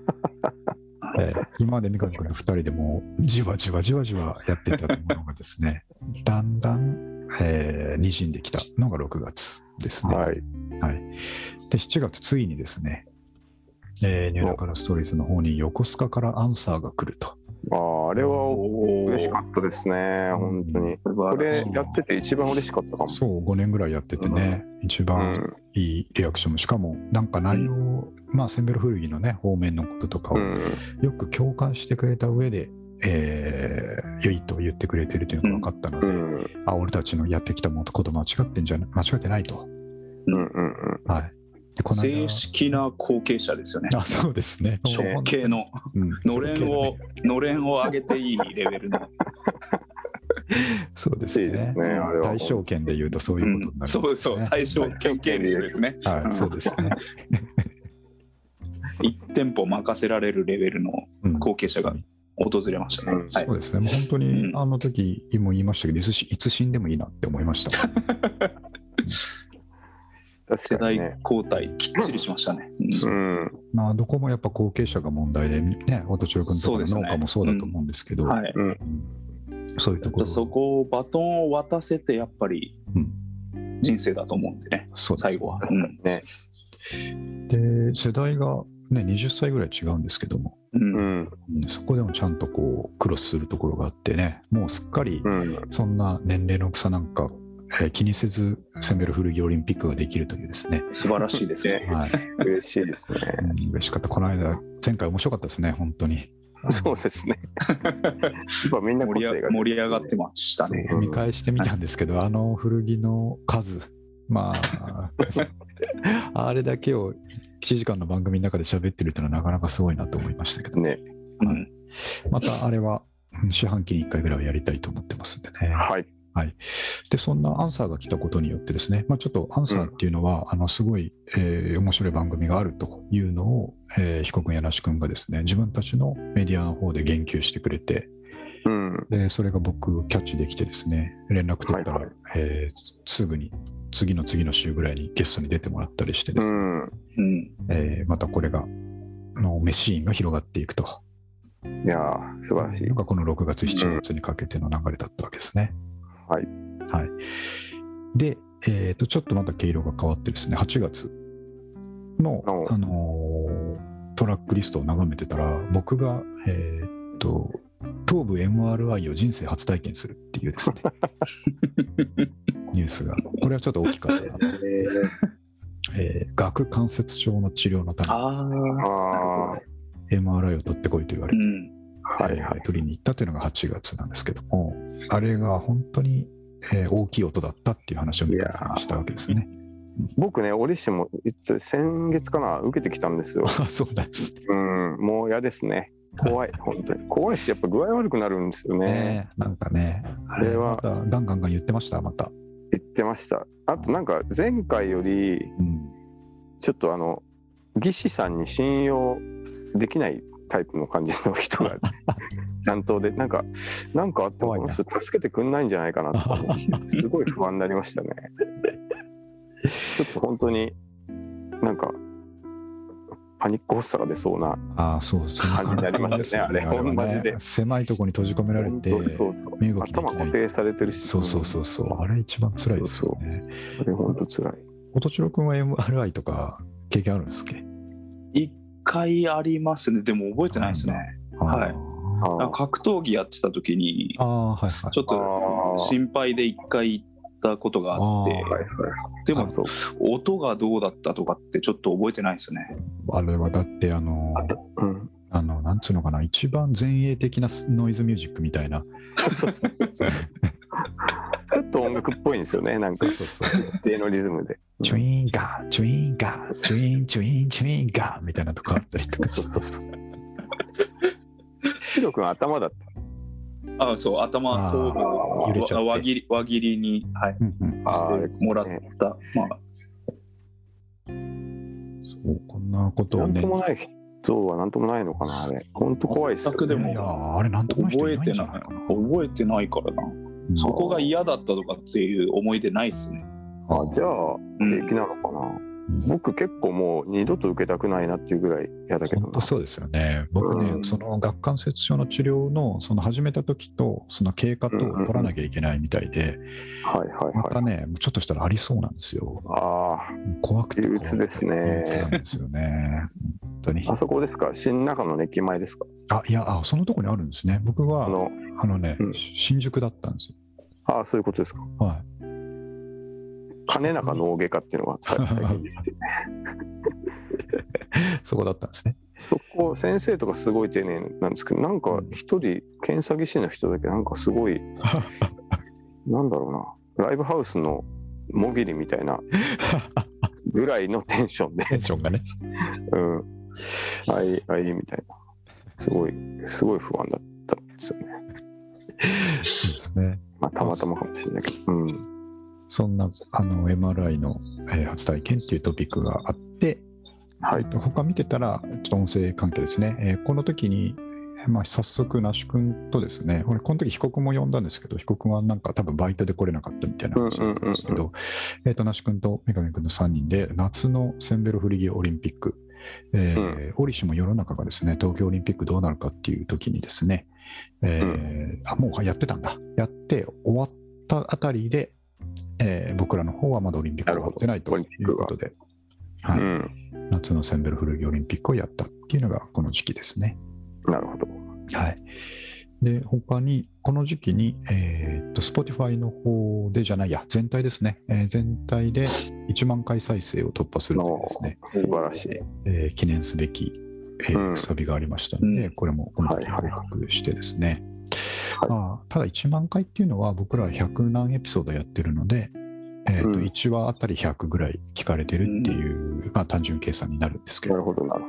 A: えー今まで三上君の2人でもじわじわじわじわやっていたものがですねだんだん、えー、にじんできたのが6月ですね。
B: はい
A: はい、で7月、ついにですね、えー、ニューナカラストーリーズの方に横須賀からアンサーが来ると
B: あーあれは
C: お
B: 嬉しかったですね、本当に。こ
C: こ
B: れやってて一番嬉しかったかも。
A: そう5年ぐらいやっててね、一
B: う
A: 番
B: ん。
A: いいリアクションもしかもなんか内容、まあセンベロ古着のね方面のこととか
B: う
A: を
B: ん。
A: よく共感してくれた上で、えー良いと言ってくれてるというのが分かったの
B: う
A: で、
B: ん。うん。
A: あ俺たちのやってきたものとこと間違ってんじゃな間違ってないと。
B: うん。うん。
A: はい、でこの間
C: 正式な後継者ですよね。
A: あそうですね。
C: 食系の
A: うん
C: のれんを、のれんを上げていいレベルの。
A: そうで
B: 嬉
A: す
B: しいです
A: ね。
B: ね、あれは。
A: 大証券で言うとそう
C: う
A: いうこと
C: ん
A: になるんですね
C: そうそう、対象県系率ですね。
A: はい、そうですね。
C: 1店舗任せられるレベルの
A: うん
C: 後継者が訪れましたね。
B: うん
C: はい
A: そうですね。もう本当に
C: うん
A: あの時も言いましたけど、いつしいつ死んでもいいなって思いました。
B: 確
C: 世
B: か
C: 代
B: にね。
C: 交代きっちりしましたね。うん
B: うん。
A: まあどこもやっぱ後継者が問題でね、おとちろくんと
C: そう
A: か
C: です
A: の
C: ね
A: 農家もそうだと思うんですけど、
C: はい。
A: うんそういうところ、
C: そこをバトンを渡せてやっぱり
A: うん
C: 人生だと思うんでね、
A: そうです
C: 最後は。うん
A: で世代がね20歳ぐらい違うんですけども、
C: うん
B: うん。
A: うんそこでもちゃんとこうクロスするところがあってね、もうすっかり
B: うん。
A: そんな年齢の差なんか、えー気にせずセンベロ古着オリンピックができるというですね。
C: 素晴らしいで すね。
A: はい、
B: 嬉しいですね。
A: うん嬉しかった。この間、前回面白かったですね、本当に。
B: そうです ね。やっぱみんな個
C: 盛り
B: 性が出
C: 上が
B: て
C: 盛り上がってましたね。
A: そう見返してみたんですけど、あの古着の数、ま あ、あれだけを1時間の番組の中で喋ってるっていうのはなかなかすごいなと思いましたけど、
B: ね。
A: ん
C: うん
A: またあれはうん四半期に1回ぐらいはやりたいと思ってますんでね。
B: はい。
A: で、そんなアンサーが来たことによってですね、まあ、ちょっとアンサーっていうのは、あのすごい、えー面白い番組があるというのを、えー、被告やなし君がですね、自分たちのメディアの方で言及してくれて、
B: うん。
A: でそれが僕キャッチできてですね連絡取ったら、
B: はいは
A: えーすぐに次の次の週ぐらいにゲストに出てもらったりしてで
B: う
A: すね、
B: ん。
C: うん
A: えーまたこれがのメシーンが広がっていくと
B: いやー、素晴らしい
A: の。がこの6月7月にかけての流れだったわけですね、
B: はい、
A: はい、で、えー、とちょっとまた毛色が変わってですね8月の
B: おう、
A: あのートラックリストを眺めてたら僕がえーっと頭部 MRI を人生初体験するっていう ですねニュースがこれはちょっと大きかったな、えー、顎関節症の治療のた
C: あ
B: ああ、
A: め MRI を取ってこいと言われ
C: ーう
A: て、
C: ん
B: はいはい。
A: 取りに行ったというのが8月なんですけどもあれが本当に、えー大きい音だったっていう話を見たしたわけです ね。
B: 僕ね、折しもいつ先月かな、受けてきたんですよ。
A: あそうなんです
B: うん、もう嫌ですね。怖い、本当に。怖いし、やっぱ具合悪くなるんですよ
A: ね
B: ね。
A: なんかねあれ
B: れ
A: は
B: は
A: またガンガンガン言ってましたまた。
B: 言ってました。あと、なんか前回より、
A: うん
B: ちょっとあの、技師さんに信用できないタイプの感じの 人が担当で、なんか、なんかあってもこの人助けてくんないんじゃないかなとか思って、すごい不安になり ましたね。ちょっと本当に、なんか、パニック発作が出そうな、
A: ああそうそう
B: 感じになりますよねあれ
A: はね
B: マジで
A: 狭いところに閉じ込められて
B: 本当そうそう
A: 身動きでき
B: 頭
A: な
B: 固
A: い
B: 定されてるし、
A: そうそうそうそうあれ一番辛いですよね
B: あれ本当つらい。
A: 音千代君は MRI とか経験あるんですっけ
C: 一回ありますね。でも覚えてないですね。はい
A: あ
B: あ
C: なん
B: ー
C: か格闘技やってた時に
A: ーあーはいはい
C: ちょっと心配で一回行ったことがあって
A: あー
B: はいはい
C: でも
B: そう
C: 音がどうだったとかってちょっと覚えてないですね。
A: あれはだってあのー
B: うん、
A: あの、なんつうのかな、一番前衛的なスノイズミュージックみたいな。
B: そ うそうそうちょっと音楽っぽいんですよね、なんか
A: そうそう。
B: 一定のリズムで。
A: チュインガー、チュインガー、チュイン、チュイン、チュインガーみたいなとこあったりとかして。
B: ヒロ君頭だった。
C: あそう頭
A: あー
C: 頭部
A: 揺れちゃっ
C: わ
A: て
C: 輪切り輪切りに、はい、
A: うんうん
B: あー
C: してもらった、まあ、
A: そうこんなこと
B: な
A: を
B: ん
A: ね。
B: ともない人はなんともないのかな、あれ。本当怖いっすよ、
C: 全くでも
A: いや、あれなんともない人
C: 覚
A: い
C: え
A: ない
C: て
A: んじ
C: な
A: ゃ
C: い
A: ないかな。
C: 覚えてないからなそこが嫌だったとかっていう思い出ないっすね、
B: あじゃあ、
C: うん
B: 平気なのかな。
A: うん
B: 僕結構もう二度と受けたくないなっていうぐらい嫌だけど
A: 本当
B: な
A: そうですよね。僕ね、
B: うん
A: その顎関節症の治療のその始めた時とその経過とを取らなきゃいけないみたいで、
B: はいはい
A: ま
B: は
A: た
B: い
A: ね、ちょっとしたらありそうなんですよ。
B: あ
A: 怖くて怖
B: 憂鬱
A: く
B: で
A: て
B: すね
A: 憂鬱なんですよね。本当に
B: あ。あそこですか新中野の駅前ですか
A: あいやあそのとこにあるんですね。僕は
B: あ
A: あの
B: の
A: ね、
B: うん
A: 新宿だったんですよ。
B: ああそういうことですか
A: は
B: 金中脳外科っていうのが最最近
A: い。 そこだったんですね。
B: そこ先生とかすごい丁寧なんですけどなんか一人検査技師の人だけなんかす ごいなんだろうなライブハウスのもぎりみたいなぐらいのテンションで
A: テンションがね。
B: うんあいあいみたいなすごいすごい不安だったんですよね、
A: そうですね。
B: まあ、たまたまかもしれないけどうん
A: そんなあの MRI の、えー初体験っていうトピックがあって、
B: は
A: え
B: い
A: っと他見てたら、ちょっと音声関係ですね。えーこの時に、まあ、早速、那須君とですね、俺、この時、被告も呼んだんですけど、被告はなんか多分バイトで来れなかったみたいな話だったんですけ
B: うんうん
A: ど、えっと、那須君と三上君の3人で、夏のセンベロフリギオリンピック、えー折しも世の中がですね、東京オリンピックどうなるかっていう時にですね、えーあもうやってたんだ。やって終わったあたりで、えー僕らの方はまだオリンピックが終わってないと
B: なるほど
A: いうことで、は
B: う
A: い
B: ん
A: 夏のセンベルフルギオリンピックをやったっていうのがこの時期ですね。
B: なるほど
A: はい、で他にこの時期に、えーっと Spotify の方でじゃないや全体ですね、えー全体で1万回再生を突破するというですね、
B: 素晴らしい
A: えー記念すべき、えー
B: うん
A: くさびがありましたので、
C: うん
A: これもこの時報告してですね、
B: はい
A: まあ、ただ1万回っていうのは僕ら100何エピソードやってるので、えーっと
B: うん
A: 1話あたり100ぐらい聞かれてるっていう、まあ、単純計算になるんですけ
B: な
A: ど
B: るほどなるほ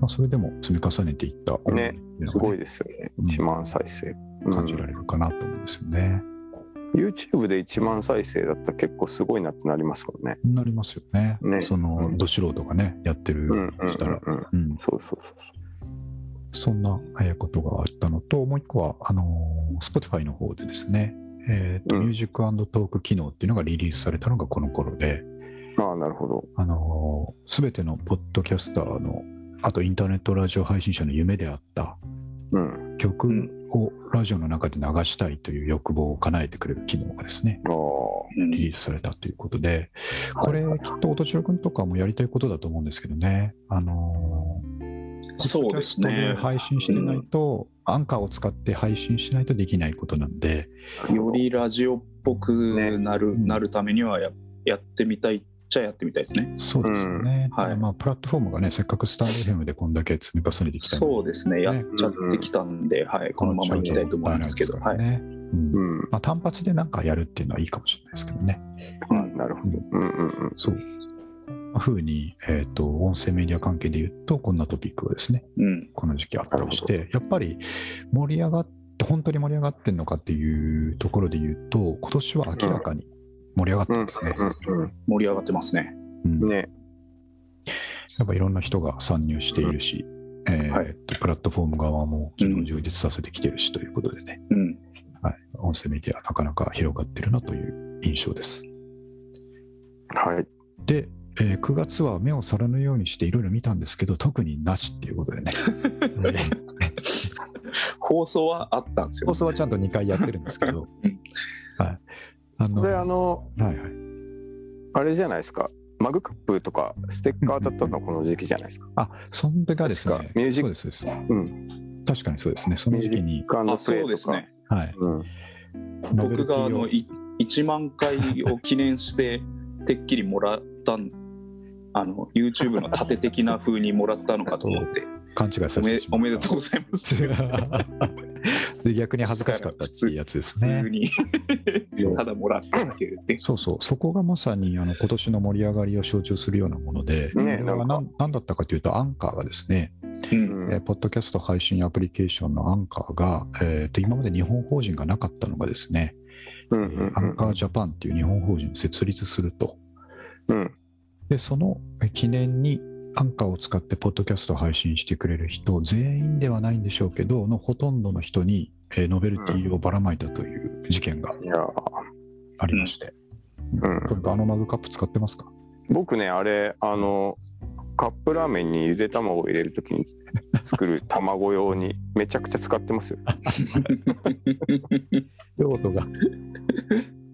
A: まあ、それでも積み重ねていった思いっていうの
B: ど
A: が
B: すごいですよね
A: うん
B: 1万再生、うん
A: 感じられるかなと思うんですよね。
B: YouTube で1万再生だったら結構すごいなってなりますもんね。
A: なりますよね。
B: ね
A: その、
B: うん
A: ど素人がねやって
B: うんうん
A: る
B: うん、
A: したら、
B: うん。
A: うん
B: そうそうそうそ
A: そんなえーことがあったのともう一個はあのー Spotify の方でですね、えーと
B: うん
A: ミュージックトーク機能っていうのがリリースされたのがこの頃で、
B: う。ああ、なるほど。
A: あのー、全てのポッドキャスターのあとインターネットラジオ配信者の夢であった
B: うん。
A: 曲
C: うん
A: をラジオの中で流したいという欲望を叶えてくれる機能がですね
B: ああ。
A: リリースされたということで、これ、
B: はい
A: きっと音千代君とかもやりたいことだと思うんですけどね、あの
C: そう
A: キャ
C: です
A: ストで
C: ね。
A: 配信してないと、アンカーを使って配信しないとできないことなんで、
C: よりラジオっぽくなる,、
A: ね
C: なるためにはややってみたいっちゃやってみたいですね。
A: そうですよね、
C: うんはい
A: ただまあ、プラットフォームがね、せっかくスタンド FM でこんだけ積み重ねてきた
C: そう
A: で
C: ですね。やっちゃってきたんで、はい、このままいきたいと思いますけど。はい。
A: ねうん
B: うん。
A: まあ、単発でなんかやるっていうのはいいかもしれないですけどね。
C: う
B: あ
C: ん
B: なるほど。うんうんうん。
A: そうこんな風に、えー、と音声メディア関係で言うと、こんなトピックがですね、
C: うん。
A: この時期あったりして、やっぱり盛り上がって、本当に盛り上がってんのかっていうところで言うと、今年は明らかに盛り上がって
B: うん
A: ますね。
B: うん
C: 盛り上がってますね。
B: う
A: うん
B: ん。
A: や
B: ね。
A: っぱいろんな人が参入しているし、えー
C: はい
A: プラットフォーム側も機能充実させてきてるしということでね、
C: うん。
A: はい、音声メディア、なかなか広がってるなという印象です。
B: はい。
A: で、えー9月は目を皿のようにしていろいろ見たんですけど、特になしっていうこと でね。
C: 放送はあったんですよ
A: 放。送はちゃんと2回やってるんですけど
C: うん、
A: はい。あの
B: これあの、
A: はいはい。
B: あれじゃないですか。マグカップとかステッカーだったのはこの時期じゃないですか。
A: あ、そんでがです
B: 確
A: ね
B: か。ミュージッ
A: そう
B: ク
A: ですそうです。
B: うん。
A: 確かにそうですね。その時期に、
B: ガンド
C: あ、
B: プレイ
C: そうで
B: と
C: す
B: か
C: ね。。
A: はい。
B: うん。
A: ノベ
C: 僕
A: ルティ
C: が
A: を
C: あのい1万回を記念しててっきりもらったん あの YouTube の盾的な風にもらったのかと思って
A: 勘違い
C: お
A: させ
C: め
A: てしま
C: お
A: った
C: めでとうございます 普
A: で逆に恥ずかしかったっていうやつですね
C: 通。に ただもらっただけでって
A: そうそう、そこがまさにあの今年の盛り上がりを象徴するようなもので、こ
B: ね
A: れは
B: な
A: 何何だったかというと、アンカーがですね、
C: う
B: うんん
A: えーポッドキャスト配信アプリケーションのアンカーが、えーと今まで日本法人がなかったのがですね、
B: う
A: え
B: ん
A: ーアンカージャパンっていう日本法人を設立すると。
B: うんうん。
A: で、その記念に、アンカーを使ってポッドキャストを配信してくれる人、全員ではないんでしょうけど、のほとんどの人に、えーノベルティをばらまいたという事件が
B: いやー
A: ありまして、
B: うん
A: と。いうかあのマグカップ使ってますか
B: 僕ねあれあのカップラーメンにゆで卵を入れるときに作る卵用にめちゃくちゃ使ってますよ。
A: 用途が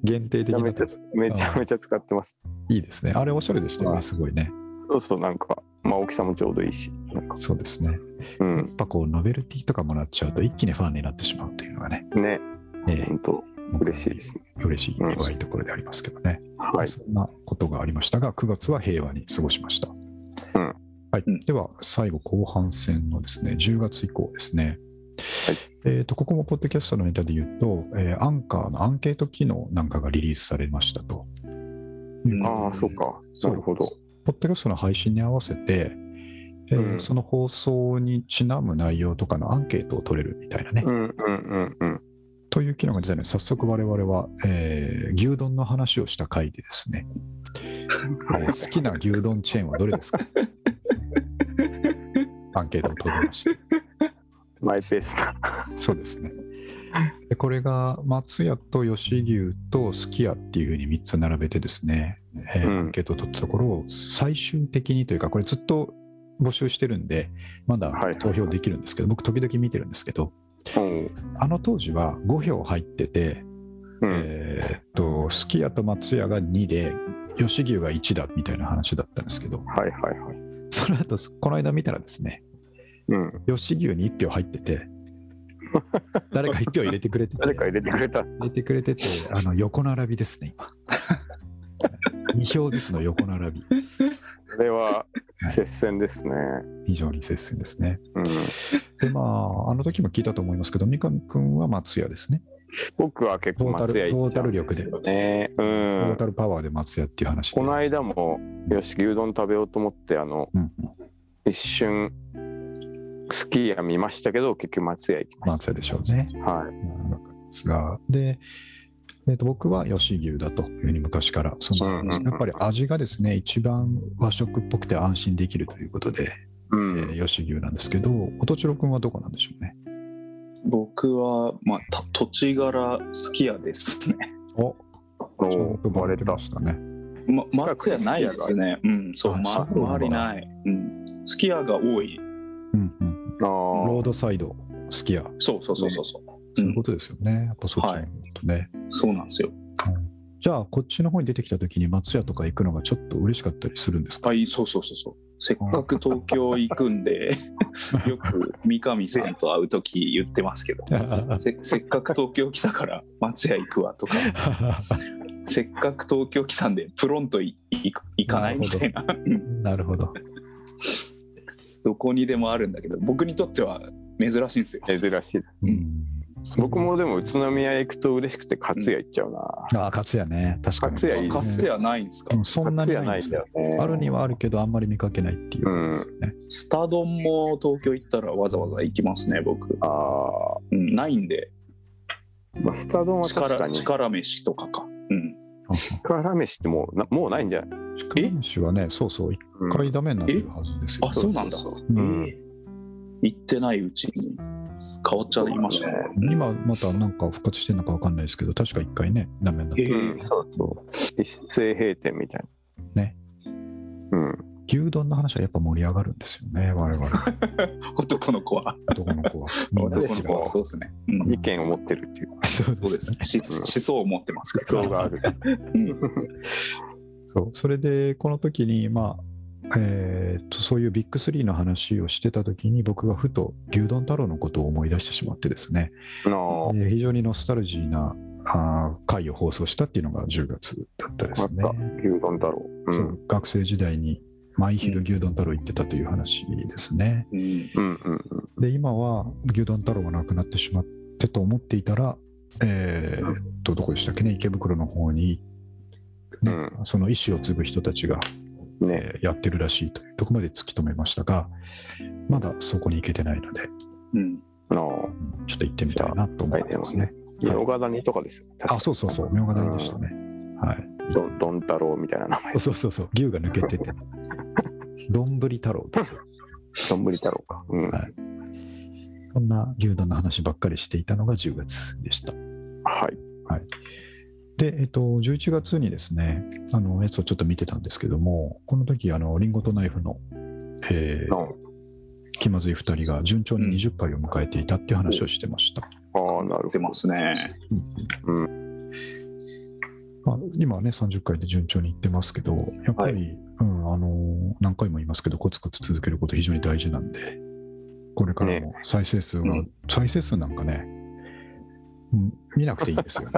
A: 限定的な
B: めちゃめちゃめちゃ使ってます。
A: いいですね。あれおしゃれでしたよね、すごいね。
B: そうそうなんか、まあ、大きさもちょうどいいしなんか、
A: そうですね。
B: う
A: やっ
B: ん、
A: ぱこう、ノベルティとかもらっちゃうと、一気にファンになってしまうというのがね、
B: ね
A: ええ
B: 本当嬉しいですね。
A: 嬉しい弱いところでありますけどね。
B: はい、
A: そんなことがありましたが、9月は平和に過ごしました。
B: ん
A: はい
C: うん、
A: では、最後、後半戦のですね、10月以降ですね。えー、とここもポッドキャストのネタで言うと、えーアンカーのアンケート機能なんかがリリースされましたと。
C: うん
B: ああそうか
A: そう
B: なるほど。
A: ポッドキャストの配信に合わせて、えー
B: うん
A: その放送にちなむ内容とかのアンケートを取れるみたいなね、
B: うんうんうん
A: という機能が出たので、早速我々は、えー牛丼の話をした回でです ね、えー好きな牛丼チェーンはどれですかアンケートを取りました。
B: うん。マイペースな。
A: そうですね。でこれが松屋と吉牛とすき家っていうふうに3つ並べてですね、えー
B: うん
A: アンケートを取ったところ、最終的にというか、これずっと募集してるんで、まだ
B: はい
A: 投票できるんですけど、僕、時々見てるんですけど、
B: うん
A: あの当時は5票入ってて、
B: うん
A: えーっと、すき家と松屋が2で、吉牛が1だみたいな話だったんですけど、
B: はいはいはい。
A: その後この間見たらですね、
B: うん、
A: 吉牛に1票入ってて、誰か1票入れてくれてて
B: 誰か入れてくれた。
A: 入れてくれてて、あの横並びですね、今。2票ずつの横並び、
B: これは
A: はい
B: 接戦ですね。
A: 非常に接戦ですね。
B: うん、
A: で、まあ、あの時も聞いたと思いますけど、三上君は松屋ですね。
B: 僕は結
A: ト
B: 構
A: ータ
B: 松屋
A: ルト
B: 行
A: ー
B: っちゃ
A: タ
B: う
A: ル
B: んで
A: 力
B: す
A: で、
B: よね。う
A: トー
B: ん。
A: タルパワーで松屋っていう話で
B: この間もよし牛丼食べようと思ってあの
A: うん、
B: 一瞬スキーヤ見ましたけど結局松屋行きまし
A: 松屋でしょうね。
B: た。はい。
A: うんわかりますが、で、えー、と僕は吉牛だというふうに昔から、その
B: うんうんうん
A: やっぱり味がですね、一番和食っぽくて安心できるということで、え
B: うん。
A: ー吉牛なんですけど、音千代君はどこなんでしょうね。
C: 僕は、まあ、た土地柄好きやですね。
A: お
B: お割れ
A: ま
B: た。
A: したね。
C: ま、
B: 近く
C: 松
B: に
C: 屋ないですね。うん、そう、
A: あ
C: ま、
A: そうなんだ
C: 周りない。うん。好き家が多い。
A: うんうん、
B: あ
A: ロー
B: ー
A: ドサイド、好きや。
C: そうそうそうそうそう。
A: そういうことですよね。やっぱそっちのことね。
C: そうなんですよ。
A: じゃあ、こっちの方に出てきたときに松屋とか行くのがちょっと嬉しかったりするん ですか、
C: はい、そうそうそうそう。せっかく東京行く んで、よく三上さんと会うとき言ってますけど、せせっかく東京来たから松屋行くわとか、せっかく東京来たんでプロンとい行く行かないみたいな、うん
A: なるほど。
C: どこにでもあるんだけど、僕にとっては珍しいんですよ。
B: 珍しい。
A: うん
B: 僕もでも宇都宮行くと嬉しくて勝屋行っちゃうな。
A: ああ、勝屋ね。確かに。
B: 勝谷いい
C: か
B: で
C: つ
B: す
C: てはないんですか
A: う。んそんな
B: 勝
A: に
B: 屋
A: な
B: ないい
A: で
B: ん
A: す
B: だ
A: よ
B: よ。ね。
A: あるにはあるけど、あんまり見かけないっていうことですよね。
C: スタ丼も東京行ったらわざわざ行きますね、僕。
B: ああ。
C: うん、ないんで、
B: マスター丼は確か
C: 力
B: に
C: 力飯とかか。うん。
B: 力飯ってもうなもうないんじゃない、
A: 鹿飯はね、そうそう、一
B: うん
A: 回ダメになってるはずですよ。
C: あ、そうなんだ。
A: う
C: え
A: ん
C: ー行ってないうちに変わっちゃいましたね。
A: 今またなんか復活してるのかわかんないですけど、確か一回ね、ダメになって
C: え
A: る。
B: う
C: ー
B: ん、そうそう一斉閉店みたいな
A: ね
B: うん
A: 牛丼の話はやっぱ盛り上がるんですよね、我々。
C: 男の子は。
A: 男の子は。みんな好
C: 男の
A: き
C: 子
A: だ
C: はそうですね。うん
B: 意見を持ってるっていうか
A: そう
C: そうですね。し思想を持ってますか
B: 思想
C: ら。
B: がある
C: うん
A: そうそれでこの時にまあえーっとそういうビッグスリーの話をしてた時に僕がふと牛丼太郎のことを思い出してしまってですね、
B: の
A: えー非常にノスタルジーなあー回を放送したっていうのが10月だったですね
B: ま。た牛丼だろう、うん、
A: そう学生時代に毎昼牛丼太郎行ってたという話ですね。
C: うん
B: うんうんうん
A: で今は牛丼太郎がなくなってしまってと思っていたら、えーっとどこでしたっけね池袋の方に、ね
B: う
A: その意思を継ぐ人たちが
B: ね
A: えーやってるらしいというところまで突き止めましたが、まだそこに行けてないので、
C: うん。
B: の
A: うんちょっと行ってみたいなと思ってますね。はい
B: ヨガ谷とかですよ
A: あ、そうそうそう、みょうが谷でしたね。はい。
B: どどん太郎みたいな名前
A: そうそうそう、牛が抜けてて、丼太郎ですよ。
B: どんぶり太郎かうん
A: は
B: はい
A: そんな牛丼の話ばっかりしていたのが10月でした。
B: い
A: はい、で、えっと、11月にですね、あの、やつをちょっと見てたんですけども、この時、あの、リンゴとナイフの、えー気まずい2人が順調に20回を迎えていたっていう話をしてました。
B: ああ、なる
C: 出
B: ほど
C: ま。すね。
B: う
A: まあ、今はね、30回で順調にいってますけど、やっぱり、うん、あのー何回も言いますけど、コツコツ続けること非常に大事なんで、これからも再生数が、
C: う
A: 再生数なんかね、うん見なくていいんですよ、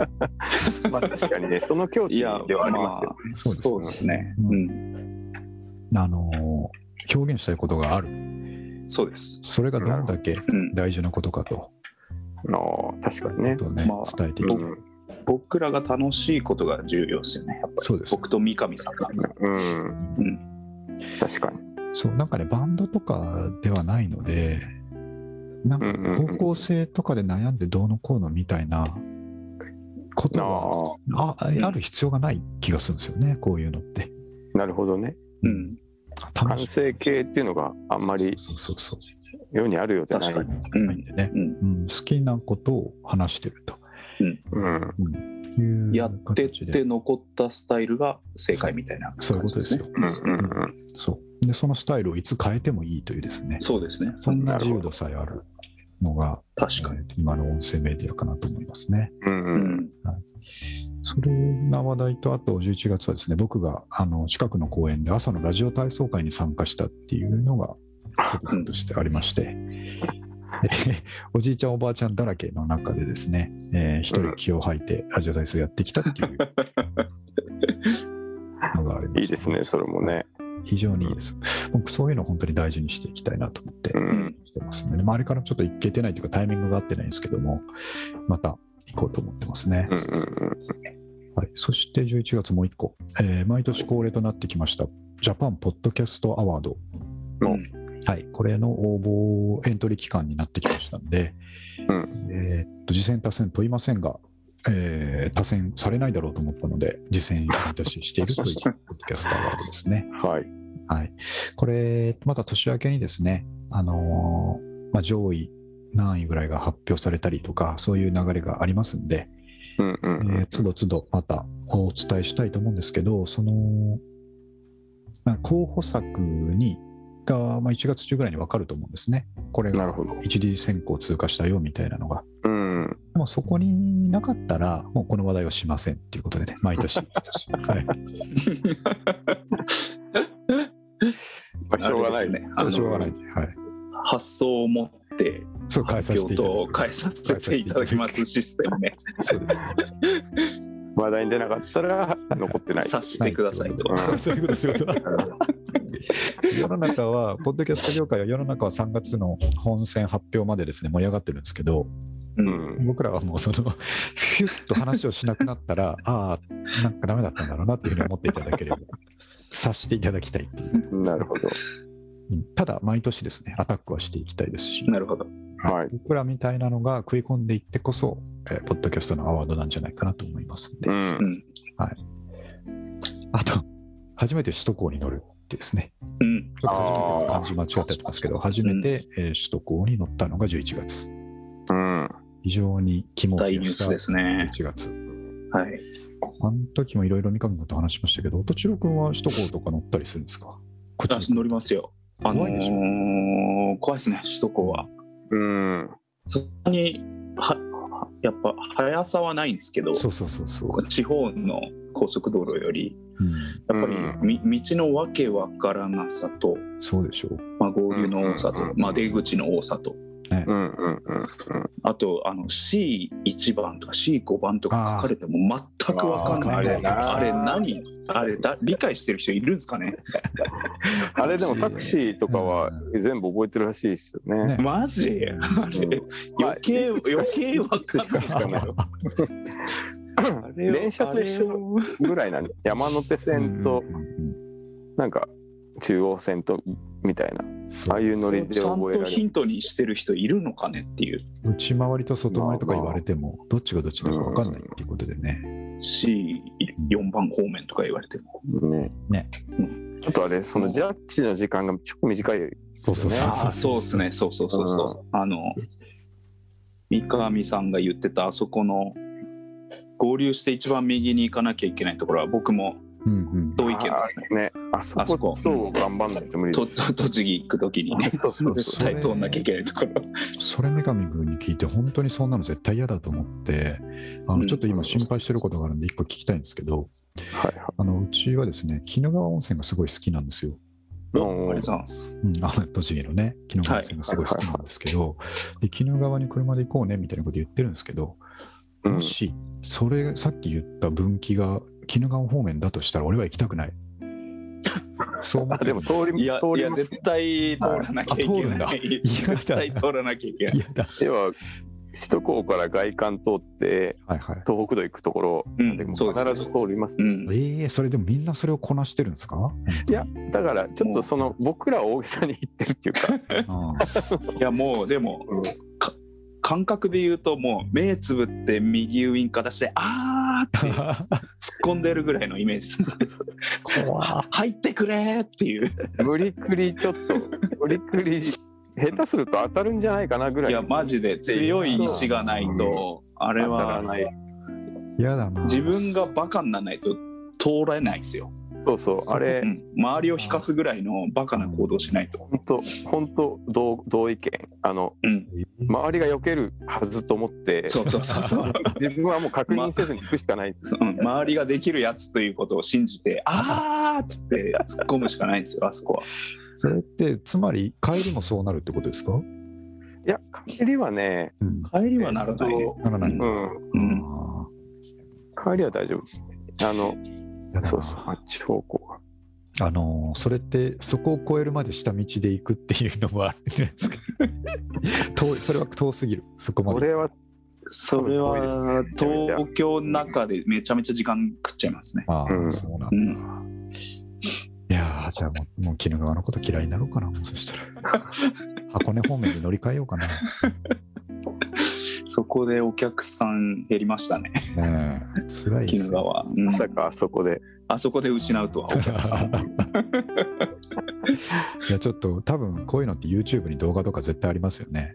B: まあ確かに ね、その境地
C: い
B: で
C: や、
B: はありますよ。
C: まあ
A: そうですね
C: そうですね。
A: う
C: うん、
A: あのー表現したいことがある。
C: そうです。
A: それがどんだけ
C: うん、
A: 大事なことかと、
B: ああ、確かにね。
A: とね
C: まあ
A: 伝えていき
B: う
A: たい。
B: ん
C: 僕らが楽しいことが重要ですよね。やっぱり
A: そうです。
C: 僕と三上さんが。
B: うん、
C: うん、
B: 確かに。
A: そうなんかねバンドとかではないのでなんか
B: うんうんうん
A: 方向性とかで悩んでどうのこうのみたいなこ
B: あ
A: とがあある必要がない気がするんですよねこういうのって
B: あ、なるほどね。
C: うん、
B: 完
A: 楽し
B: 成形っていうのがあんまり
A: そうそうそうそ
B: 世にあるようでない。
C: 確か
A: うないんでね、
C: うん、
A: うん、好きなことを話してると
B: う
A: い
B: ん、
A: う
C: やってっ
A: 形で
C: て残ったスタイルが正解みたいな感じ
A: そういうことですよ、
B: うん、うん、
A: そうでそのスタイルをいつ変えてもいいというですね
C: そうですね。
A: そんな自由度さえあるのが
C: 確かに。
A: えー今の音声メディアかなと思いますね
B: うん、う、
C: うんん、
A: それな話題と、あと11月はですね、僕があの近くの公園で朝のラジオ体操会に参加したっていうのが、こととしてありまして、え おじいちゃん、おばあちゃんだらけの中でですね、えー一人気を吐いてラジオ体操やってきたっていうのがありました、
B: いいですね、それもね。
A: 非常にいいです。僕、そういうの本当に大事にしていきたいなと思って
B: う、ん、
A: してますね。で周りからちょっと行けてないというか、タイミングが合ってないんですけども、また行こうと思ってますね。
B: うん、うん、
A: はい、そして11月もう一個、えー毎年恒例となってきました、ジャパンポッドキャストアワード、
B: うん
C: うん
A: はい、これの応募エントリー期間になってきましたので、
B: うん
A: えーっと次戦多戦問いませんが、えー多選されないだろうと思ったので、次戦に出ししているというポッドキャストアワードですね。
B: うん。はい。
A: はい、これ、また年明けにですね、あのーまあ、上位何位ぐらいが発表されたりとか、そういう流れがありますんで、
B: うん、う
A: え
B: ん、う
A: ー
B: ん。
A: つどつどまたお伝えしたいと思うんですけど、そのまあ候補作にが、まあ、1月中ぐらいに分かると思うんですね、これ
B: なる
A: が
B: ほど。
A: 一次選考通過したよみたいなのが。
B: うん、
A: でもそこになかったら、もうこの話題はしませんっていうことでね、毎年。 はい、
B: まあ、しょうがない
C: あれ
B: ね。
C: ですね
A: そ
C: あ
A: う
C: の
A: しょうがないんで、はい、
C: 発想を持って
A: そう返さ
C: 発
A: せて
C: 表
A: いただ
C: と
A: く
C: 返させていただきますシステムね。
A: そうですね。
B: 話題に出なかったら 残ってない。
C: 察してくださいと。
B: うん
A: そうそういうことですよ。
C: う
A: 世の中は、ポッドキャスト業界は世の中は3月の本選発表までですね、盛り上がってるんですけど、
B: うんん、
A: 僕らはもうその、ヒュッと話をしなくなった ら、ああ、なんかダメだったんだろうなっていうふうに思っていただければ、察していただきたいっていう。
B: なるほど。
A: うんただ、毎年ですね、アタックはしていきたいですし、
C: なるほど。
B: はい。
A: 僕らみたいなのが食い込んでいってこそ、えーポッドキャストのアワードなんじゃないかなと思いますんで、
B: うん
C: う。ん。
A: あと、初めて首都高に乗るってですね、
C: うん。
A: ちょっと初めて漢
B: あー
A: 字間違ってますけど、初めて、えー首都高に乗ったのが11月。
B: うん。
A: 非常に肝を
C: 大
A: 冷
C: ニ
A: や
C: ュー
A: し
C: ス
A: た
C: ですね。
A: 11月。
C: はい。
A: あの時もいろいろ三上君と話しましたけど、音千代君は首都高とか乗ったりするんですかこっ
C: 私
A: ち
C: 乗りますよ。あの
A: 怖いでし
C: ー怖いですね、首都高は。
B: うん。
C: そんなにはやっぱ速さはないんですけど、
A: そうそうそうそう。
C: 地方の高速道路より、
A: うん、
C: やっぱり
B: う
C: み、道のわけわからなさと、
A: そうでしょう。
C: まあ、合流の多さと
B: うんうんうん、うん
C: まあ、出口の多さと、
B: うんうんうん
C: あとあの C1 番とか C5 番とか書かれても全くわかんない。あれ
A: あーわかんないな
C: あれ何あれだ理解してる人いるんですかね
B: あれでもタクシーとかは全部覚えてるらしいですよ
A: ね
B: ね。
C: マジあれ
B: まあ
C: 余計、余計わかんない
B: しかない
C: あれを
B: 電車と一
C: あれ
B: 緒
C: を
B: ぐらいなんで山手線と
A: うんうん
B: なんか中央線とみたいな
A: うんそ
B: あ
A: う
B: あいうノリで
C: ちゃん
B: 覚えられ
C: とヒ
B: る。
C: ントにしてる人いるのかねっていう
A: 内回りと外回りとか言われても、どっちがどっちだか分かんないっていうことでね。
C: C4 番方面とか言われても
B: ね
A: ね
B: あとあれそのジャッジの時間がちょっと短い
A: そうそうそう
C: ああそうですねそうそうそうそうあの三上さんが言ってたあそこの合流して一番右に行かなきゃいけないところは僕も
A: うんうん。
C: 同意見ですね。
B: あねあそ
C: あそこ
B: こそう頑張んないと無理だ
C: と と栃木行くときにね、
B: そうそう
C: 絶
B: そう
C: 対通んなきゃいけないところ。
A: それ女神君に聞いて、本当にそんなの絶対嫌だと思って、あ
C: う
A: の
C: ん
A: ちょっと今心配してることがあるんで、一個聞きたいんですけど、
B: はいは
A: あのうちはですね、鬼怒川温泉がすごい好きなんですよ。
B: い
C: ありがとう
B: う
C: ご
B: ん
C: ざいます。
A: うん、あの栃木のね、鬼怒川温泉がすごい好きなんですけど、で鬼怒川に車で行こうねみたいなこと言ってるんですけど、
B: うん
A: もし、それ、さっき言った分岐が鬼怒川方面だとしたら、俺は行きたく ない。そう思っ
B: あ
A: て
B: でも通り
C: いや
B: 通
C: い
B: り
C: や
B: ます
C: 絶対通らなきゃいけ
A: あ通るんだ
C: ない。絶対通らなきゃいけない。
A: 嫌だ。
B: 要は首都高から外環通って
A: はいはい。
B: 東北道行くところ
C: う
B: でも
C: ん、
B: 必
C: そうです
B: ず通ります、
C: うん、
A: ええそれでもみんなそれをこなしてるんですか
B: いやだからちょっとその僕らは大げさに言ってるっていうか
A: うん
C: いやもうでも、か感覚で言うともう目つぶって右ウインカー出してあーって突っ込んでるぐらいのイメージです
A: 怖
C: 入ってくれーっていう
B: 無理くりちょっと無理くり下手すると当たるんじゃないかなぐら
C: い
B: い
C: やマジで強い意志がないとあれ
B: 当たら
C: は
B: ない
A: 嫌だな。
C: 自分がバカにならないと通らないですよ、
B: そうそうあれ
C: うん周りを引かすぐらいのバカな行動しないと、
B: 本当本当同同意見あの
C: うん、
B: 周りが避けるはずと思って
C: そうそうそう そう、
B: 自分はもう確認せずに行くしかないんです、
C: そううん周りができるやつということを信じてあーっつって突っ込むしかないんですよあそこは
A: それって、つまり帰りもそうなるってことですか、う
B: いや帰りはね
A: ん、
C: 帰りはならないね、
A: ならないんだ。
B: うん
C: うん
A: あ
B: 帰りは大丈夫ですねあの
A: ー嫌だな
B: そうそうあっち方向が
A: あのーそれってそこを越えるまで下道で行くっていうのもあるんです か遠いそれは遠すぎるそこま
B: こ
A: で
B: れは
C: それ
B: そうです
C: は
B: めちゃめちゃ
C: 東京の中でめちゃめちゃ時間食っちゃいま すね。
A: ああ、
B: うん
A: そうなんだ、
C: う
A: い
C: ん、
A: やーじゃあもうもう鬼怒川のこと嫌いになろうかなもうそしたら 箱根方面に乗り換えようかな
C: そこでお客さん減りましたね、
A: ねえ辛いで
C: 鬼
A: す
C: 怒
A: よ
C: 川。うん
B: まさかあそこで
C: あそこで失うとはお客 さん。
A: いやちょっと多分こういうのって YouTube に動画とか絶対ありますよね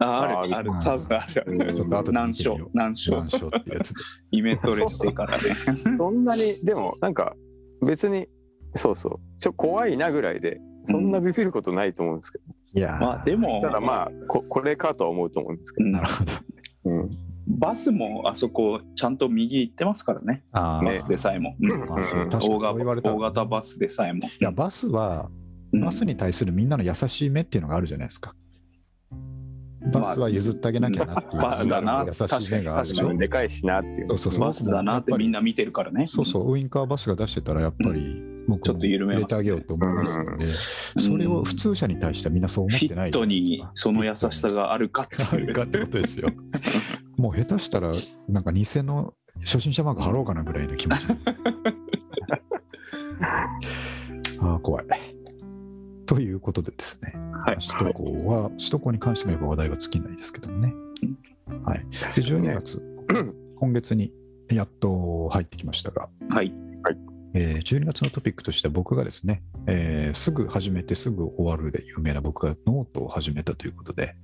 C: あある、ある
A: あ、
C: 多分あるある。
A: ちょっと後で
C: 難
A: 見てみよ
C: 所
A: う、
C: 難所
A: 難、所ってや つで
C: イメトレしてからね。
B: そんなにでもなんか別にそうそうちょ怖いなぐらいでそんなビビることないと思うんですけど、
A: いやー
C: まあでも、
B: ただまあここれかとは思うと思うんですけ
C: うん
A: なるほど
C: バスもあそこちゃんと右行ってますからね、
A: あー
C: バスでさえも。うん
B: ど、
A: あそう
B: うん
A: 確かに
C: 大
A: そう言われ
C: 型
A: たら
C: 大型バスでさえも。
A: いやバスは
C: うん
A: バスに対するみんなの優しい目っていうのがあるじゃないですか。バスは譲ってあげなきゃなっていう、
C: バスだな
A: 優しい目があるでし
B: 自
A: ょ
B: 分。でかいしなっていう
A: そうそうそう
C: バスだなってみんな見てるからね。
A: そうそう、ウインカーバスが出してたら、やっぱり僕
C: ちょ
A: も
C: っと緩め
A: 入
C: ます
A: れてあげようと思いますので、それを普通車に対してはみんなそう思
C: フ
A: っ
C: ィ
A: てない
C: ッ
A: じゃ
C: ト
A: ないです
C: に
A: か
C: その優しさがあるかって
A: あ
C: い
A: る
C: う
A: かってこと ですよ。もう下手したら、なんか偽の初心者マーク貼ろうかなぐらいの気持ちなんですけど ああ、怖い。ということでですね、
C: はい
A: 首都高は、首都高に関してもやっぱ話題は尽きないですけどもね。はい、で12月、今月にやっと入ってきましたが、
C: はい。
A: えー12月のトピックとしては僕がですね、えーすぐ始めてすぐ終わるで有名な僕がノートを始めたということで、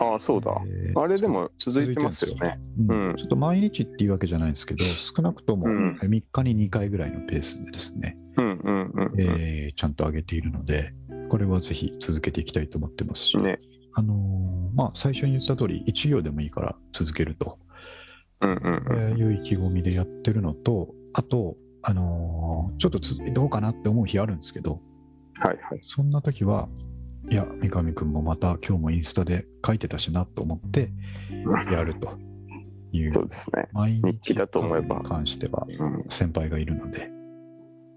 B: ああそうだ、
A: えー
B: あれでも続いてますよね。
A: うん
B: うん
A: ちょっと毎日っていうわけじゃないんですけど、少なくとも
B: うん
A: 3日に2回ぐらいのペースでですね、
B: うんうんうんうん。
A: えーちゃんと上げているので、これはぜひ続けていきたいと思ってますし、
B: ね。
A: あのーまあ、最初に言った通り、1行でもいいから続けると
B: うんうん
A: えーいう意気込みでやってるのと、あと、あのーちょっとつどうかなって思う日あるんですけど、
B: はいはい。
A: そんな時は、いや、三上君もまた今日もインスタで書いてたしなと思って、やるという
B: そうですね。
A: 毎
B: 日
A: 日
B: 記だと思えば
A: に関しては
B: うん、
A: 先輩がいるので、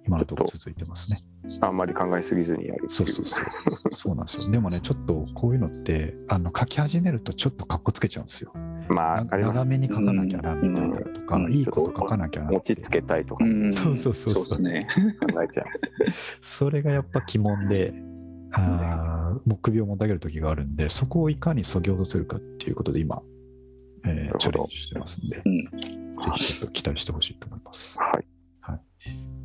A: 今のところ続いてますね。
B: あんまり考えすぎずにやるってい
A: そうそうそう。そうなんですよ。でもね、ちょっとこういうのって、あの書き始めるとちょっとかっこつけちゃうんですよ。
B: まあ、
A: な
B: わかります
A: 長。めに書かなきゃなみたいなとか、
C: うん
A: いいこと書かなきゃな
B: 持
A: って
B: ちつけたいとか
C: うん
A: そうそうそうそ
C: そううですね。
B: 考えちゃいます。
A: それがやっぱ鬼門で、あーもう首をもたげる時があるんで、そこをいかに削ぎ落とせるかっていうことで今、えー
B: るほど
A: チャレンジしてますんで、
C: うん
A: ぜひちょっと期待してほしいと思います。
B: はい。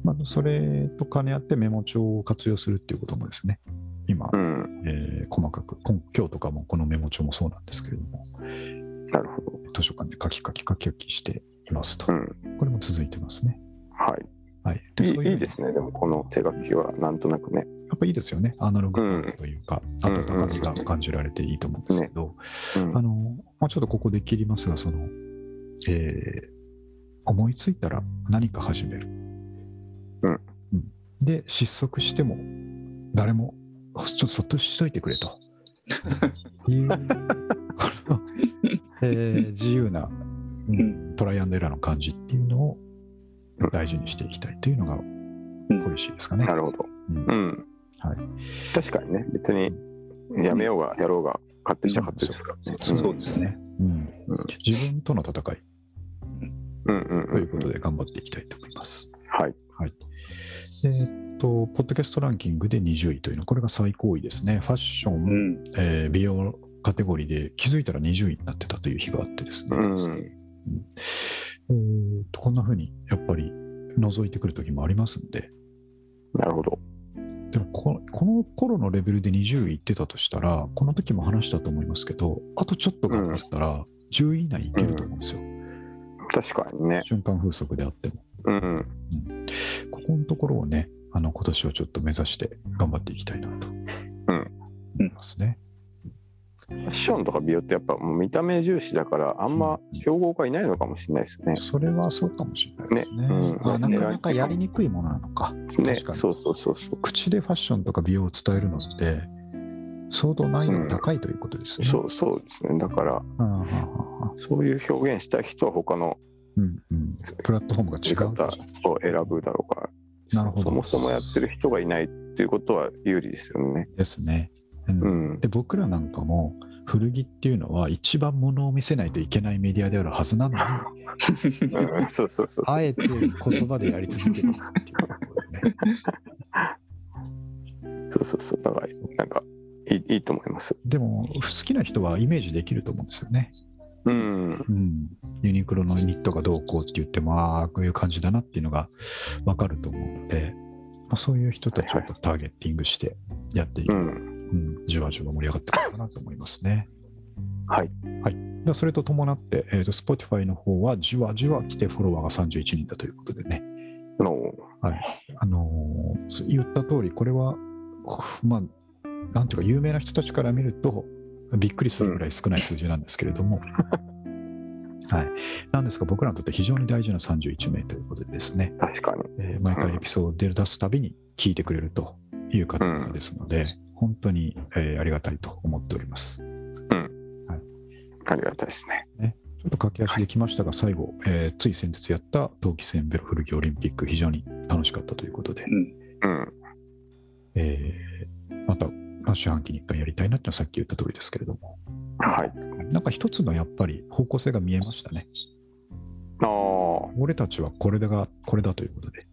A: まあ、それと兼ね合ってメモ帳を活用するっていうこともですね、今
B: う、ん。
A: えー細かく、今今日とかもこのメモ帳もそうなんですけれども、え
B: なるほど。
A: 図書館でカキカキカキカキしていますと
B: う。ん。
A: これも続いてますね。
B: はい。
A: はい。
B: い
A: そうう
B: いいいですね。でもこの手書きはなんとなくね。
A: やっぱいいですよね。アナログ感というか、
B: うん
A: 温かみが感じられていいと思うんですけど、
B: うん。
A: あの、まあ、ちょっとここで切りますが、その、えー思いついたら何か始める。
B: うん
A: うんで、失速しても、誰も、ちょっとそっとしといてくれと。いう、 このえー自由な、うん
C: ん
A: トライアンドエラーの感じっていうのを大事にしていきたいというのが、ポリシーですかね。
B: なるほど。
A: うん
B: うん。
A: はい
B: 確かにね。別にやめようがやろうが勝手にちゃ勝手ですからね。
C: そうですね。
A: うん
B: うん
A: 自分との戦い
B: うんうんうん。
A: ということで頑張っていきたいと思います。
B: はい。
A: はい、えーっと、ポッドキャストランキングで20位というのは、これが最高位ですね。ファッション、
C: うん。
A: えー美容カテゴリーで気づいたら20位になってたという日があってですね。
B: うん
A: うんえーっとこんな風にやっぱり覗いてくる時もありますんで、
B: なるほど。
A: でもここの頃のレベルで20位いってたとしたら、この時も話したと思いますけど、あとちょっと頑張ったら、10位以内いけると思うんですよ、
B: 確かにね。
A: 瞬間風速であっても。
B: うん。
A: ここのところをね、あの今年はちょっと目指して頑張っていきたいなと思いますね。
B: ファッションとか美容ってやっぱもう見た目重視だからあんま競合がいないのかもしれないですね。
A: それはそうかもしれないですね。
B: ねうん
A: あなかなかやりにくいものなのか。
B: ね
A: 確か。に
B: そうそうそうそ
A: 口でファッションとか美容を伝えるのって、相当難易度が高いということです
B: う。
A: ね。
B: そうそうですね。だから
A: うん。うん
B: そういう表現したい人は他の
A: うんうん。プラットフォームが
B: 言い
A: 違う
B: 方
A: と。
B: を選ぶだろうから。
A: なるほど
B: そもそもやってる人がいないっていうことは有利ですよね。
A: ですね。うん
B: うん。
A: で僕らなんかも古着っていうのは一番物を見せないといけないメディアであるはずなのに
B: うんそうそうそうそ
A: あ
B: う。
A: えて言葉でやり続けるっていうところでね
B: そうそうそう。だからなんかいいいいと思います。
A: でも好きな人はイメージできると思うんですよね。
B: うん。
A: うん、ユニクロのニットがどうこうって言ってもああこういう感じだなっていうのが分かると思うので、まあ、そういう人たちをやっぱターゲッティングしてやっていく、
B: うん。
A: うんじわじわ盛り上がってくるかなと思いますね。
B: はい。
A: はい、ではそれと伴って、えー、と Spotify の方はじわじわ来てフォロワーが31人だということでね、
B: の
A: あのーそう言った通りこれはまあなんていうか有名な人たちから見るとびっくりするぐらい少ない数字なんですけれども、はい、なんですが僕らにとって非常に大事な31名ということでですね、
B: 確かに。
A: えー毎回エピソードを出すたびに聞いてくれるという方々ですので、本当に、えーありがたいと思っております。
B: ありがたいですね。
A: ちょっと駆け足できましたが、最後、えーつい先日やった冬季戦ベロ古着オリンピック、非常に楽しかったということで、
B: うん。
A: えーまた、まあ四半期に一回やりたいなってのはさっき言った通りですけれども、
B: はい。
A: なんか一つのやっぱり方向性が見えましたね。
B: ああ
A: 俺たちはこれだが、これだということで、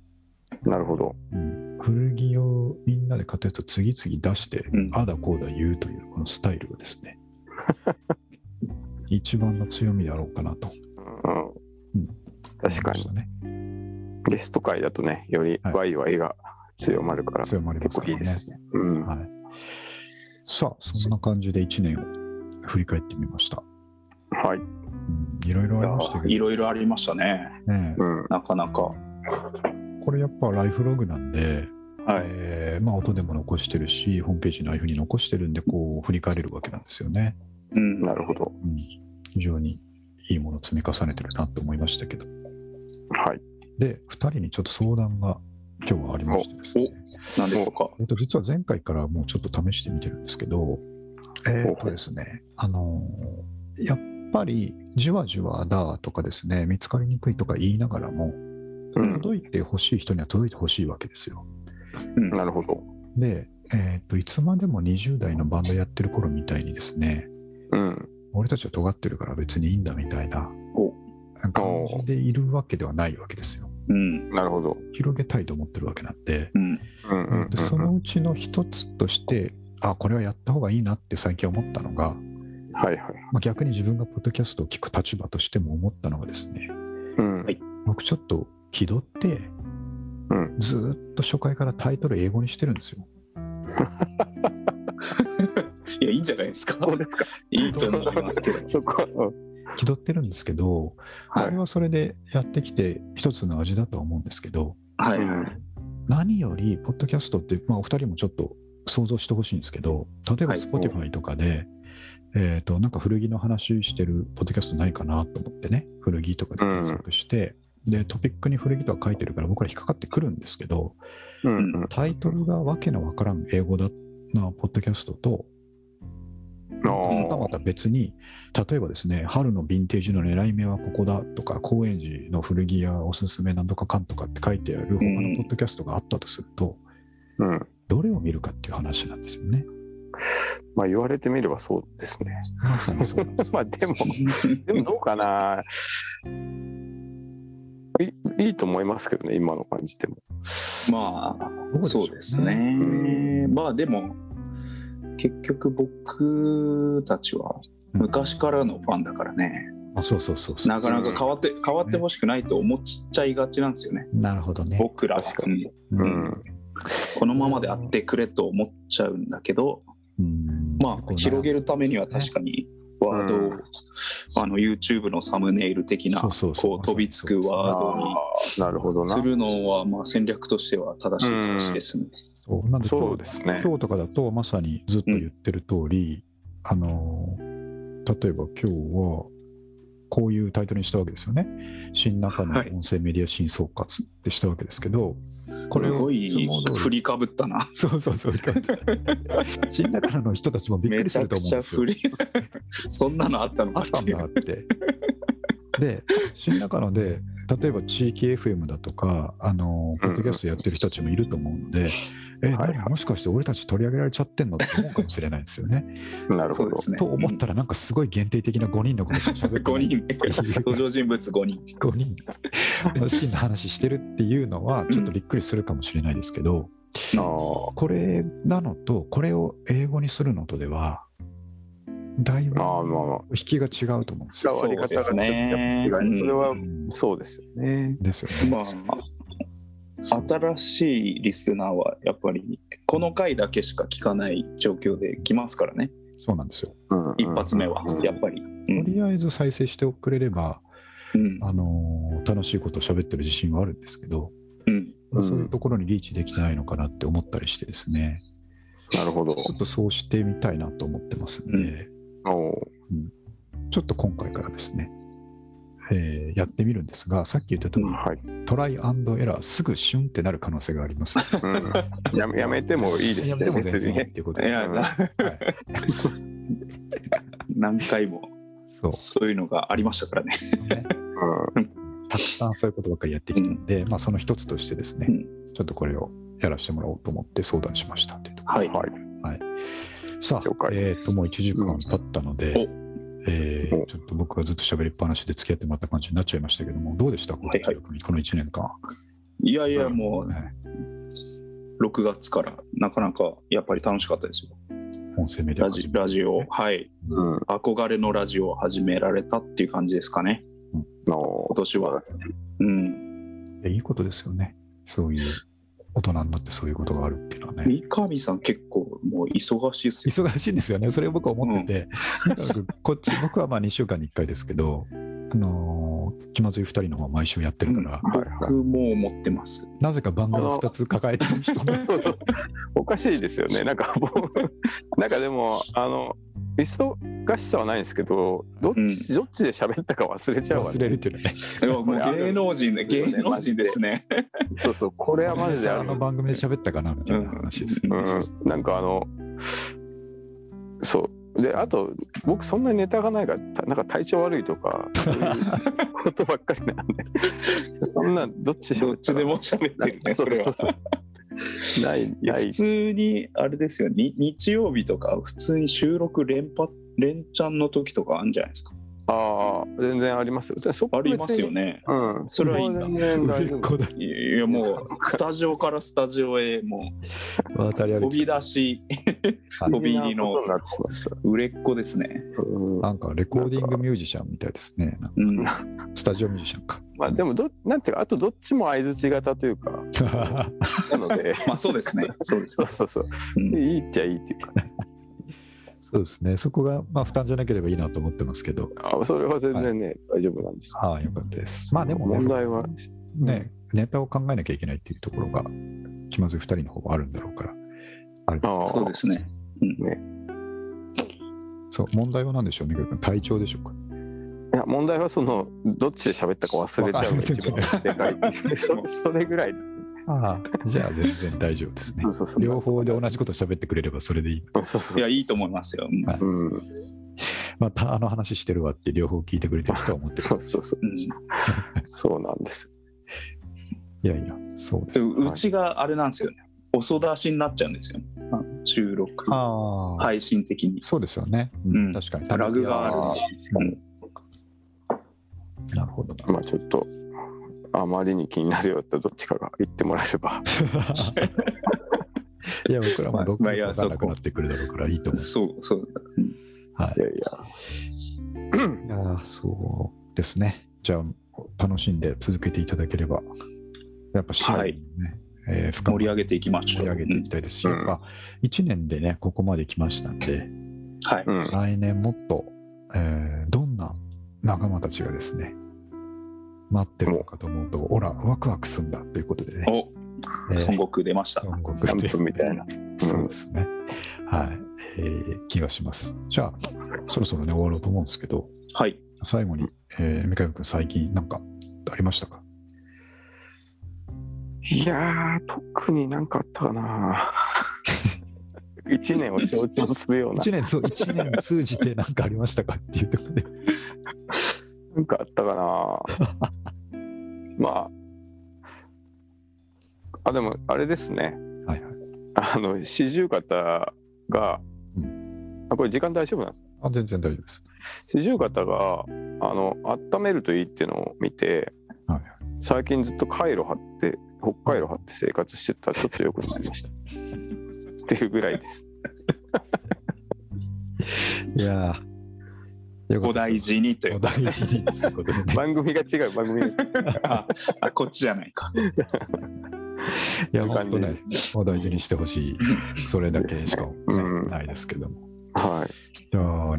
B: なるほど。
A: うん古着をみんなで勝てると次々出して、
C: うん
A: ああだこうだ言うというこのスタイルがです ね、一番の強みであろうかなと思い
B: うん。
A: ま
B: 確
A: し
B: か
A: た
B: に。
A: ね。
B: ゲスト会だとね、より
A: はい
B: ワイワイが強まるから。
A: 強まります
B: 結
A: か
B: 構
A: ら
B: いい
A: ね。
B: ですね。うん。
A: はい、さあそんな感じで1年を振り返ってみました、
B: はい。
A: うんいろいろありました
C: い
A: け
C: ろいろありましたね。
A: どね
B: うん。
C: なかなか。は
A: これやっぱライフログなんで、
C: い。
A: えーまあ、音でも残してるしホームページのああいうふうに残してるんでこう振り返れるわけなんですよね、
C: うん。
B: なるほど。
A: うん、非常にいいものを積み重ねてるなと思いましたけど
B: はい。
A: で2人にちょっと相談が今日はありましてですね
C: なんでしょうか。
A: えっと、実は前回からもうちょっと試してみてるんですけど、えーっとですね、あのーやっぱりじわじわだとかですね、見つかりにくいとか言いながらも、
B: うん。
A: 届いてほしい人には届いてほしいわけですよ。
C: うん。
B: なるほど。
A: で、えーっと、いつまでも20代のバンドやってる頃みたいにですね、
B: うん。
A: 俺たちは尖ってるから別にいいんだみたいな
C: お
A: 感じでいるわけではないわけですよ。
C: うん。
B: なるほど。
A: 広げたいと思ってるわけなんで、
C: うん。
B: うんうんうん
A: でそのうちの一つとして、あ、これはやった方がいいなって最近思ったのが、
B: はいはい。
A: まあ、逆に自分がポッドキャストを聞く立場としても思ったのがですね
B: うん。
C: はい
A: 僕ちょっと気取って
B: うん。
A: ずーっと初回からタイトル英語にしてるんですよ。
C: いや、いいんじゃないですか
B: そう。ですか。
C: いいと思いますけど。
B: そこは、うん。
A: 気取ってるんですけど、
C: はい
A: それはそれでやってきて一つの味だとは思うんですけど、
C: はいう
B: ん
A: 何より、ポッドキャストって、まあ、お二人もちょっと想像してほしいんですけど、例えば
C: はい
A: Spotify とかで、えっ、と、なんか古着の話してるポッドキャストないかなと思ってね、古着とかで検索して、で、トピックに古着とか書いてるから、僕ら引っかかってくるんですけど、
B: うんうん
A: タイトルがわけのわからん英語だな、ポッドキャストと、またまた別に、例えばですね、春のヴィンテージの狙い目はここだとか、高円寺の古着屋おすすめなんとかかんとかって書いてある他
C: う
A: の
C: ん
A: ポッドキャストがあったとすると、
B: うん
A: どれを見るかっていう話なんですよね。
B: まあ言われてみればそうですね。
A: まさにそうなんですよ
B: まあでも、でもどうかな。いいいと思いますけどね、今の感じでも。
C: ま
A: どう
C: あ、
A: でしょう
C: そ
A: ね
C: うですね。まあでも、結局僕たちは昔からのファンだからね、
A: あそうそうそうそう
C: なかなか変わって、変わってほしくないと思っちゃいがちなんですよね。
A: なるほどね。
C: 僕らは
B: 確かに
A: う
B: うんん。
C: このままであってくれと思っちゃうんだけど、まあ、広げるためには確かにワードを、
B: うん
C: あの YouTube のサムネイル的な
A: そうそうそう
C: こう飛びつく
B: あ
C: ワードに
B: ーなるほどな
C: す。るのはまあ戦略としては正しい話ですね。
A: そうなんで
B: そ
A: 今
B: う
A: 日
B: ですね。
A: 今日とかだとまさにずっと言ってる通り、あの例えば今日はこういうタイトルにしたわけですよね。新中の音声メディア新総括ってしたわけですけど、
C: これすご
A: いつ
C: い
A: も通り
C: 振りかぶったな。
A: そうそうそう。新中の人たちもびっく
C: め
A: り
C: ち
A: す
C: ゃ
A: ると
C: く
A: 思うん
C: ちゃ
A: ですよ
C: 振。り。そんなのあったの
A: あ
C: か
A: った
C: っ
A: ん
C: てい
A: だ
C: う。
A: って。で、新中野で、例えば地域 FM だとか、あのポッドキャストやってる人たちもいると思うので、え、
B: はい
A: 何もしかして俺たち取り上げられちゃってんのって思うかもしれないですよね。
B: なる
C: そ
B: ほ
C: う
B: ど
C: で。すね。
A: と思ったら、なんかすごい限定的な5人のことしか喋って
C: 5
A: ない。
C: 人目、登場人物5人。
A: 5人 のシーンの話してるっていうのは、ちょっとびっくりするかもしれないですけど、
B: あー
A: これなのと、これを英語にするのとでは、だいぶ
B: あー、まあまあ。
A: 引きが違うと思うんですよ。
B: 伝わり方がちょっとやっぱ違う
C: そうですね
B: それは
A: うん
B: そうですよね。
A: ですよね。
C: まあ、新しいリスナーはやっぱりこの回だけしか聞かない状況で来ますからね、
A: そうなんですよ。
B: うん
C: 一発目は
B: うん
C: やっぱり。う
A: と
C: ん
A: りあえず再生してくれれば、
C: うん
A: あのー楽しいことを喋ってる自信はあるんですけど、
C: うん
B: うん
A: そういうところにリーチできてないのかなって思ったりしてですね、
B: なるほど。
A: ちょっとそうしてみたいなと思ってますんで、
B: おー
A: ちょっと今回からですね、えーやってみるんですが、さっき言った通り、
B: はい。
A: トライアンドエラー、すぐシュンってなる可能性があります。
B: うんやめやめて もいいです
A: や
B: ね。
A: めても
B: 別
A: 全
B: に
A: 然いいっ
B: ね。
A: ていうこと
C: い
A: で。
C: や、な
A: はい
C: 何回も
A: そう
C: そういうのがありましたからね。
A: ねたくさんそういうことばっかりやってきたんで、まあ、その一つとしてですね、
C: うん
A: ちょっとこれをやらせてもらおうと思って相談しましたっていうところです
B: うん
C: は
B: は
C: い
B: い。
A: さあ
B: 了、解
A: えー、ともう1時間経ったので、
C: うんお
A: えー
B: お
A: ちょっと僕がずっと喋りっぱなしで付き合ってもらった感じになっちゃいましたけども、どうでした、こ
C: はいはい
A: この1年間。
C: いやいや、も
A: ね
C: う6月からなかなかやっぱり楽しかったですよ。
A: 音声メディア
C: ラ
A: 始
C: ジ
A: め
C: ラジオ、はい。
B: うん。
C: 憧れのラジオを始められたっていう感じですかね、
B: の
C: 今年は。うん。
A: いいことですよね。そういう、大人になってそういうことがあるっていうのはね。
C: 三上さん結構もう忙しいっすよ。
A: 忙しいんですよね。それを僕は思ってて、とにかくこっち、僕はまあ2週間に1回ですけど、あのー気まずい2人の方は毎週やってるから、
B: はいはい
C: 僕も思ってます。
A: なぜか番組2つ抱えてる人の
B: そうそうおかしいですよね。なんか僕、 なんかでも、あの、忙しさはないんですけど、どっち、
C: うん
B: どっちで喋ったか忘れちゃうわ、ね。
A: 忘れるっていうのね。
C: いやもう芸能人で、芸能人ですね。
B: そうそう、これはマジであ
A: あ
B: る
A: の。番組で喋ったかなみたいな話ですよ
C: う
A: ね。
B: うん、なんかあの、そう。で、あと、僕そんなにネタがないから、たなんか体調悪いとか、そういうことばっかり なんで、そんな、どっち 喋
C: どっ
B: った
C: ち
B: ら
C: でも喋ってる
B: そ
C: ね、そうれ
B: そう
C: は。
B: そう。ない、
C: いや
B: ない
C: 普。通にあれですよに日曜日とか普通に収録連発連チャンの時とかあるんじゃないですか
B: ああ、全然ありますよ。そこ
C: あ
B: 別に
C: りますよ。ね
B: うん、
C: それはいいんだ
B: 全然
A: 売
B: 大
A: れ
B: 丈
A: っ
B: 夫
A: 子だ
C: いやいやもうスタジオからスタジオへも
A: 渡り
C: う
A: 歩
C: 飛
A: き
C: び出し
A: はい
C: 飛び入りの
B: そんなことになってしまっ
C: 売れっ子ですね
B: たうん
A: なんかレコーディングミュージシャンみたいですね。なんか
C: うん
A: スタジオミュージシャンか。
B: まあでもど、なんていうか、あとどっちも相づち型というか、なので、
C: まあそうですねそうです
B: そうそうそう、
C: うん
B: いいっちゃいいっていうか、
A: そうですね。そこが、まあ、負担じゃなければいいなと思ってますけど。
B: あそれは全然ね、大丈夫なんです
A: はい、よかったです。まあでも、ね、
B: 問題は
A: ね、ネタを考えなきゃいけないっていうところが、気まずい2人の方があるんだろうから。あれです
B: ああ
C: そうですね。
A: そう、問題は何でしょう、みく君。体調でしょうか。
B: いや問題はそのどっちで喋ったか忘れちゃうのが一番でかいっていうそそれぐらいですね
A: ああ、じゃあ全然大丈夫 ですね
B: そ。うそうそう
A: 両方で同じこと喋ってくれればそれでいい。
B: そうそうそう
C: いや、いいと思いますよ。うん
A: はい
B: うん、
A: またあの話してるわって両方聞いてくれてる人は思ってる。
B: そうそうそう
C: うん
B: そうなんです
A: いやいや、そうで。
C: ですうちがあれなんですよね。遅出しになっちゃうんですよ。あの収録、
A: ああ、
C: 配信的に。
A: そうですよね。うん、
C: うん
A: 確かに。
C: ラグがある
B: あ
C: うん
A: なるほ どな。
B: まあちょっとあまりに気になるよってどっちかが言ってもらえれば
A: いや、僕らもどっか
C: まあい
A: で
C: や
A: 分からなくなってくるだろうからいいと思う。
C: そうそう。
A: はい
B: い。やいや
A: いやーそうですね。じゃあ、楽しんで続けていただければ、やっぱ試合、ね
C: はい
A: えー深
C: 盛
A: め
C: り上げていきまし
A: 盛
C: ょう。
A: り上げていきたいですし、
B: うん
A: やっぱ1年でね、ここまで来ましたんで、
C: うんはい。
B: うん
A: 来年もっと、えーどんな仲間たちがですね、待ってるのかと思うと、おら、ワクワクすんだということでね、
C: お、
A: えー
C: 孫悟空出ました。
A: 孫悟
B: キャ
A: 空
B: ン
A: で
B: プみたいな
A: そうですね。はい、えー気がします。じゃあ、そろそろね、終わろうと思うんですけど、
C: はい。
A: 最後に、えー、三上君、最近なんかありましたか
B: いやー特になんかあった かな一年を象徴するような
A: 一年そう一年通じて何かありましたかっていうところで。
B: なんかあったかなまああでもあれですね
A: はいはい。
B: あの四十肩が、
A: う
B: あこれ時間大丈夫なんですか
A: あ全然大丈夫です。
B: 四十肩があの温めるといいっていうのを見て、
A: はい
B: 最近ずっとカイロ張って北海道張って生活してたらちょっと良くなりましたっていうぐらいです
A: いやー、よか
C: お
A: ったで
C: 大
A: す。
C: 事にとい
A: お
C: う。
A: 大事にということ でね。
B: 番組が違う番組が違う
C: あ、あこっちじゃないか。
A: いや、
B: そういう
A: 本
B: 感じ
A: 当ね、お大事にしてほしい。それだけしか、ね
B: うん
A: ないですけども。
B: はい
A: いやー、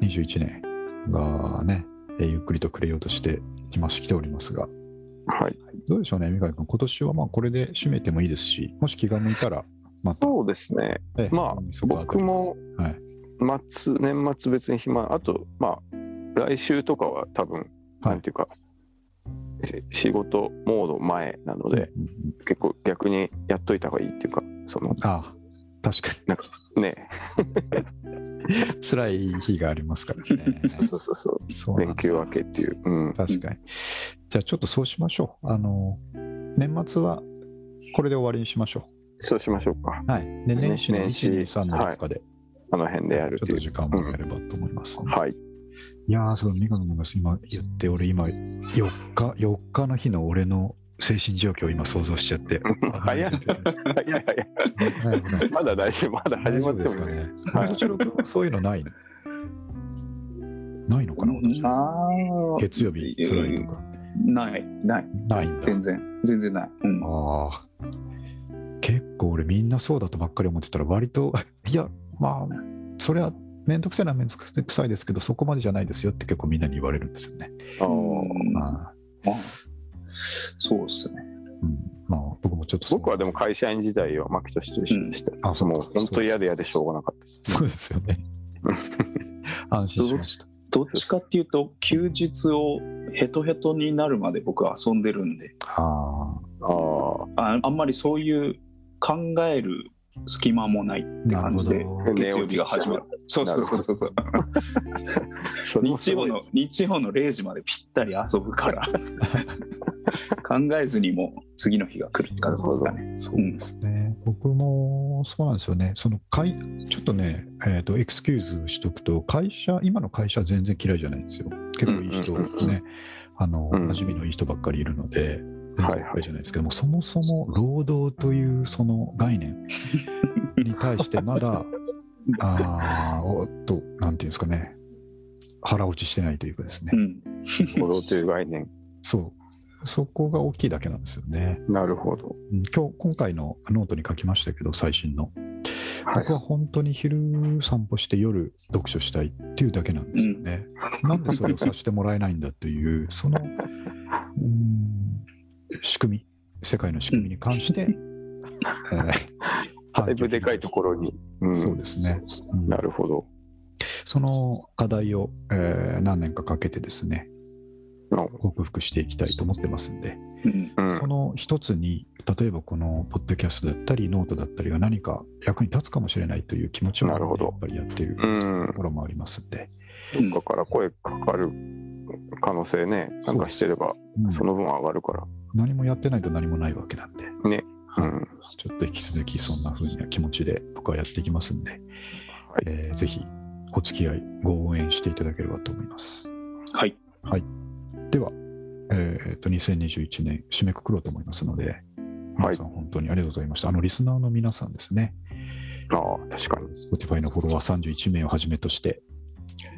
A: 2021年がね、えーゆっくりとくれようとしてきまし、来ておりますが、
B: はい
A: どうでしょうね、三上君。今年はまあこれで締めてもいいですし、もし気が向いたら、また、
B: そうですね
A: えー
B: まあ
A: 大晦日あたり
B: 僕も
A: はい
B: 末、年末別に暇あとまあ来週とかは多分、なんていうかし仕事モード前なので、
A: うんうんうん
B: 結構逆にやっといた方がいいっていうかその
A: ああ確か
B: ね
A: に 辛い日がありますからね
B: そうそうそうそう
A: そうな
B: 連
A: んです
B: 休
A: よ
B: 明けっていう、うん、
A: 確かにじゃあちょっとそうしましょうあの年末はこれで終わりにしましょ
B: そうしましょうか
A: うはいで
B: ね
A: 年始の
B: 年始
A: 123の中で、
B: あの辺でやる
A: ちょっと
B: っていう
A: 時間もやればと思います、
B: はい
A: いやーその三上君が今言って俺今4日4日の日の俺の精神状況を今想像しちゃって
B: 早い
A: 危ない
B: いやいやい
A: 危ない危ない
B: やまだ大丈夫まだ
A: 大丈
B: 始ま
A: 夫
B: っ
A: で
B: て
A: す
B: も
A: か
B: ね
A: ね。
B: はい
A: 私の君そういうのないのないのかな、私
C: な
A: 月曜日辛いとか。
C: ない、ない。
A: ないんだ。
C: 全然、全然ない。うん。
A: ああ。結構俺みんなそうだとばっかり思ってたら割と、 いや、まあ、それは面倒くさいのは面倒くさいですけど、そこまでじゃないですよって結構みんなに言われるんですよね。
B: あー
A: ああ
C: あそうですね。
A: うん、まあ僕もちょっとそう
B: 僕はでも会社員時代は牧俊と一緒でした、
A: あそう
B: もう
A: か
B: 本当嫌で嫌でしょうがなかったです
A: そうですよ ね。安心しました。
C: どっちかっていうと、休日をヘトヘトになるまで僕は遊んでるんで、
A: あ
B: ああ
C: ああんまりそういう考える隙間もない
A: あ、
C: って
A: なる
C: 感
A: ほ
C: じで、
A: ど。
C: 月曜日が始まる。そうそうそうそうそう。
B: それも
C: 日
B: すご
C: 曜
B: い
C: の日曜の0時までぴったり遊ぶ から考えずにもう次の日が来るって感じですかね。
A: そうですね、僕もそうなんですよね、その会ちょっとね、えーと、エクスキューズしとくと、会社、今の会社は全然嫌いじゃないんですよ、結構いい人
B: うんうんうんう
A: ね、あの
B: うん
A: 馴染みのいい人ばっかりいるので、
B: はいはい
A: 全然嫌じゃないですけども、そもそも労働というその概 念に対して、まだ、あーおっと、なんていうんですかね、腹落ちしてないというかですね
C: う、ん、
B: 行動という概念
A: そう、そこが大きいだけなんですよね。
B: なるほど
A: うん今日今回のノートに書きましたけど最新の
B: はい
A: 僕は本当に昼散歩して夜読書したいっていうだけなんですよね。なんでそれをさせてもらえないんだと いう、その、うーん仕組み、世界の仕組みに関して、え ー
B: だいぶでかいところに。ん
A: そうですね。うん
B: なるほど。
A: その課題を、えー何年かかけてですね、
B: の
A: 克服していきたいと思ってますんで、
C: うん
B: うん
A: その一つに、例えばこのポッドキャストだったり、ノートだったりは何か役に立つかもしれないという気持ちを持っ
B: なるほ
A: て
B: ど
A: やっぱりやってる
B: うん
A: ところもありますんで、
C: うん
B: だから声かかる可能性ね、なんかしてれば、
A: うん
B: その分上がるから。
A: 何もやってないと何もないわけなんで、
B: ね
A: はい
B: うん
A: ちょっと引き続きそんな風な気持ちで僕はやっていきますんで、えーぜひお付き合い、ご応援していただければと思います。
C: はい。
A: では、えー、と2021年締めくくろうと思いますので、皆さん本当にありがとうございました。あのリスナーの皆さんですね、
B: ああ、確かに。
A: Spotify のフォロワー31名をはじめとして、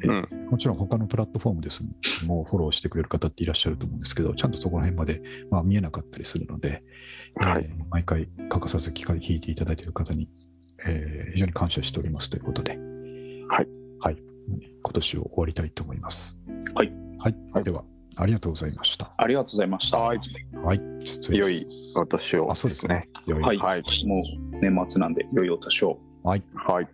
A: えーもちろん他のプラットフォームですもうフォローしてくれる方っていらっしゃると思うんですけど、ちゃんとそこら辺まで、まあ、見えなかったりするので、
B: はい
A: えー毎回欠かさず聞か聞いていただいている方に、えー非常に感謝しておりますということで、
B: はい、
A: はい、今年を終わりたいと思います。
C: はい、
A: はい、ではありがとうございました。
C: ありがとうございました。
B: はい
A: はい、失礼
B: 良い
A: します
B: 私を。
A: あ、そうですね。
B: は。
A: はいい。
B: はい。
C: もう年末なんで、良いお年を。
A: はい。
B: はい。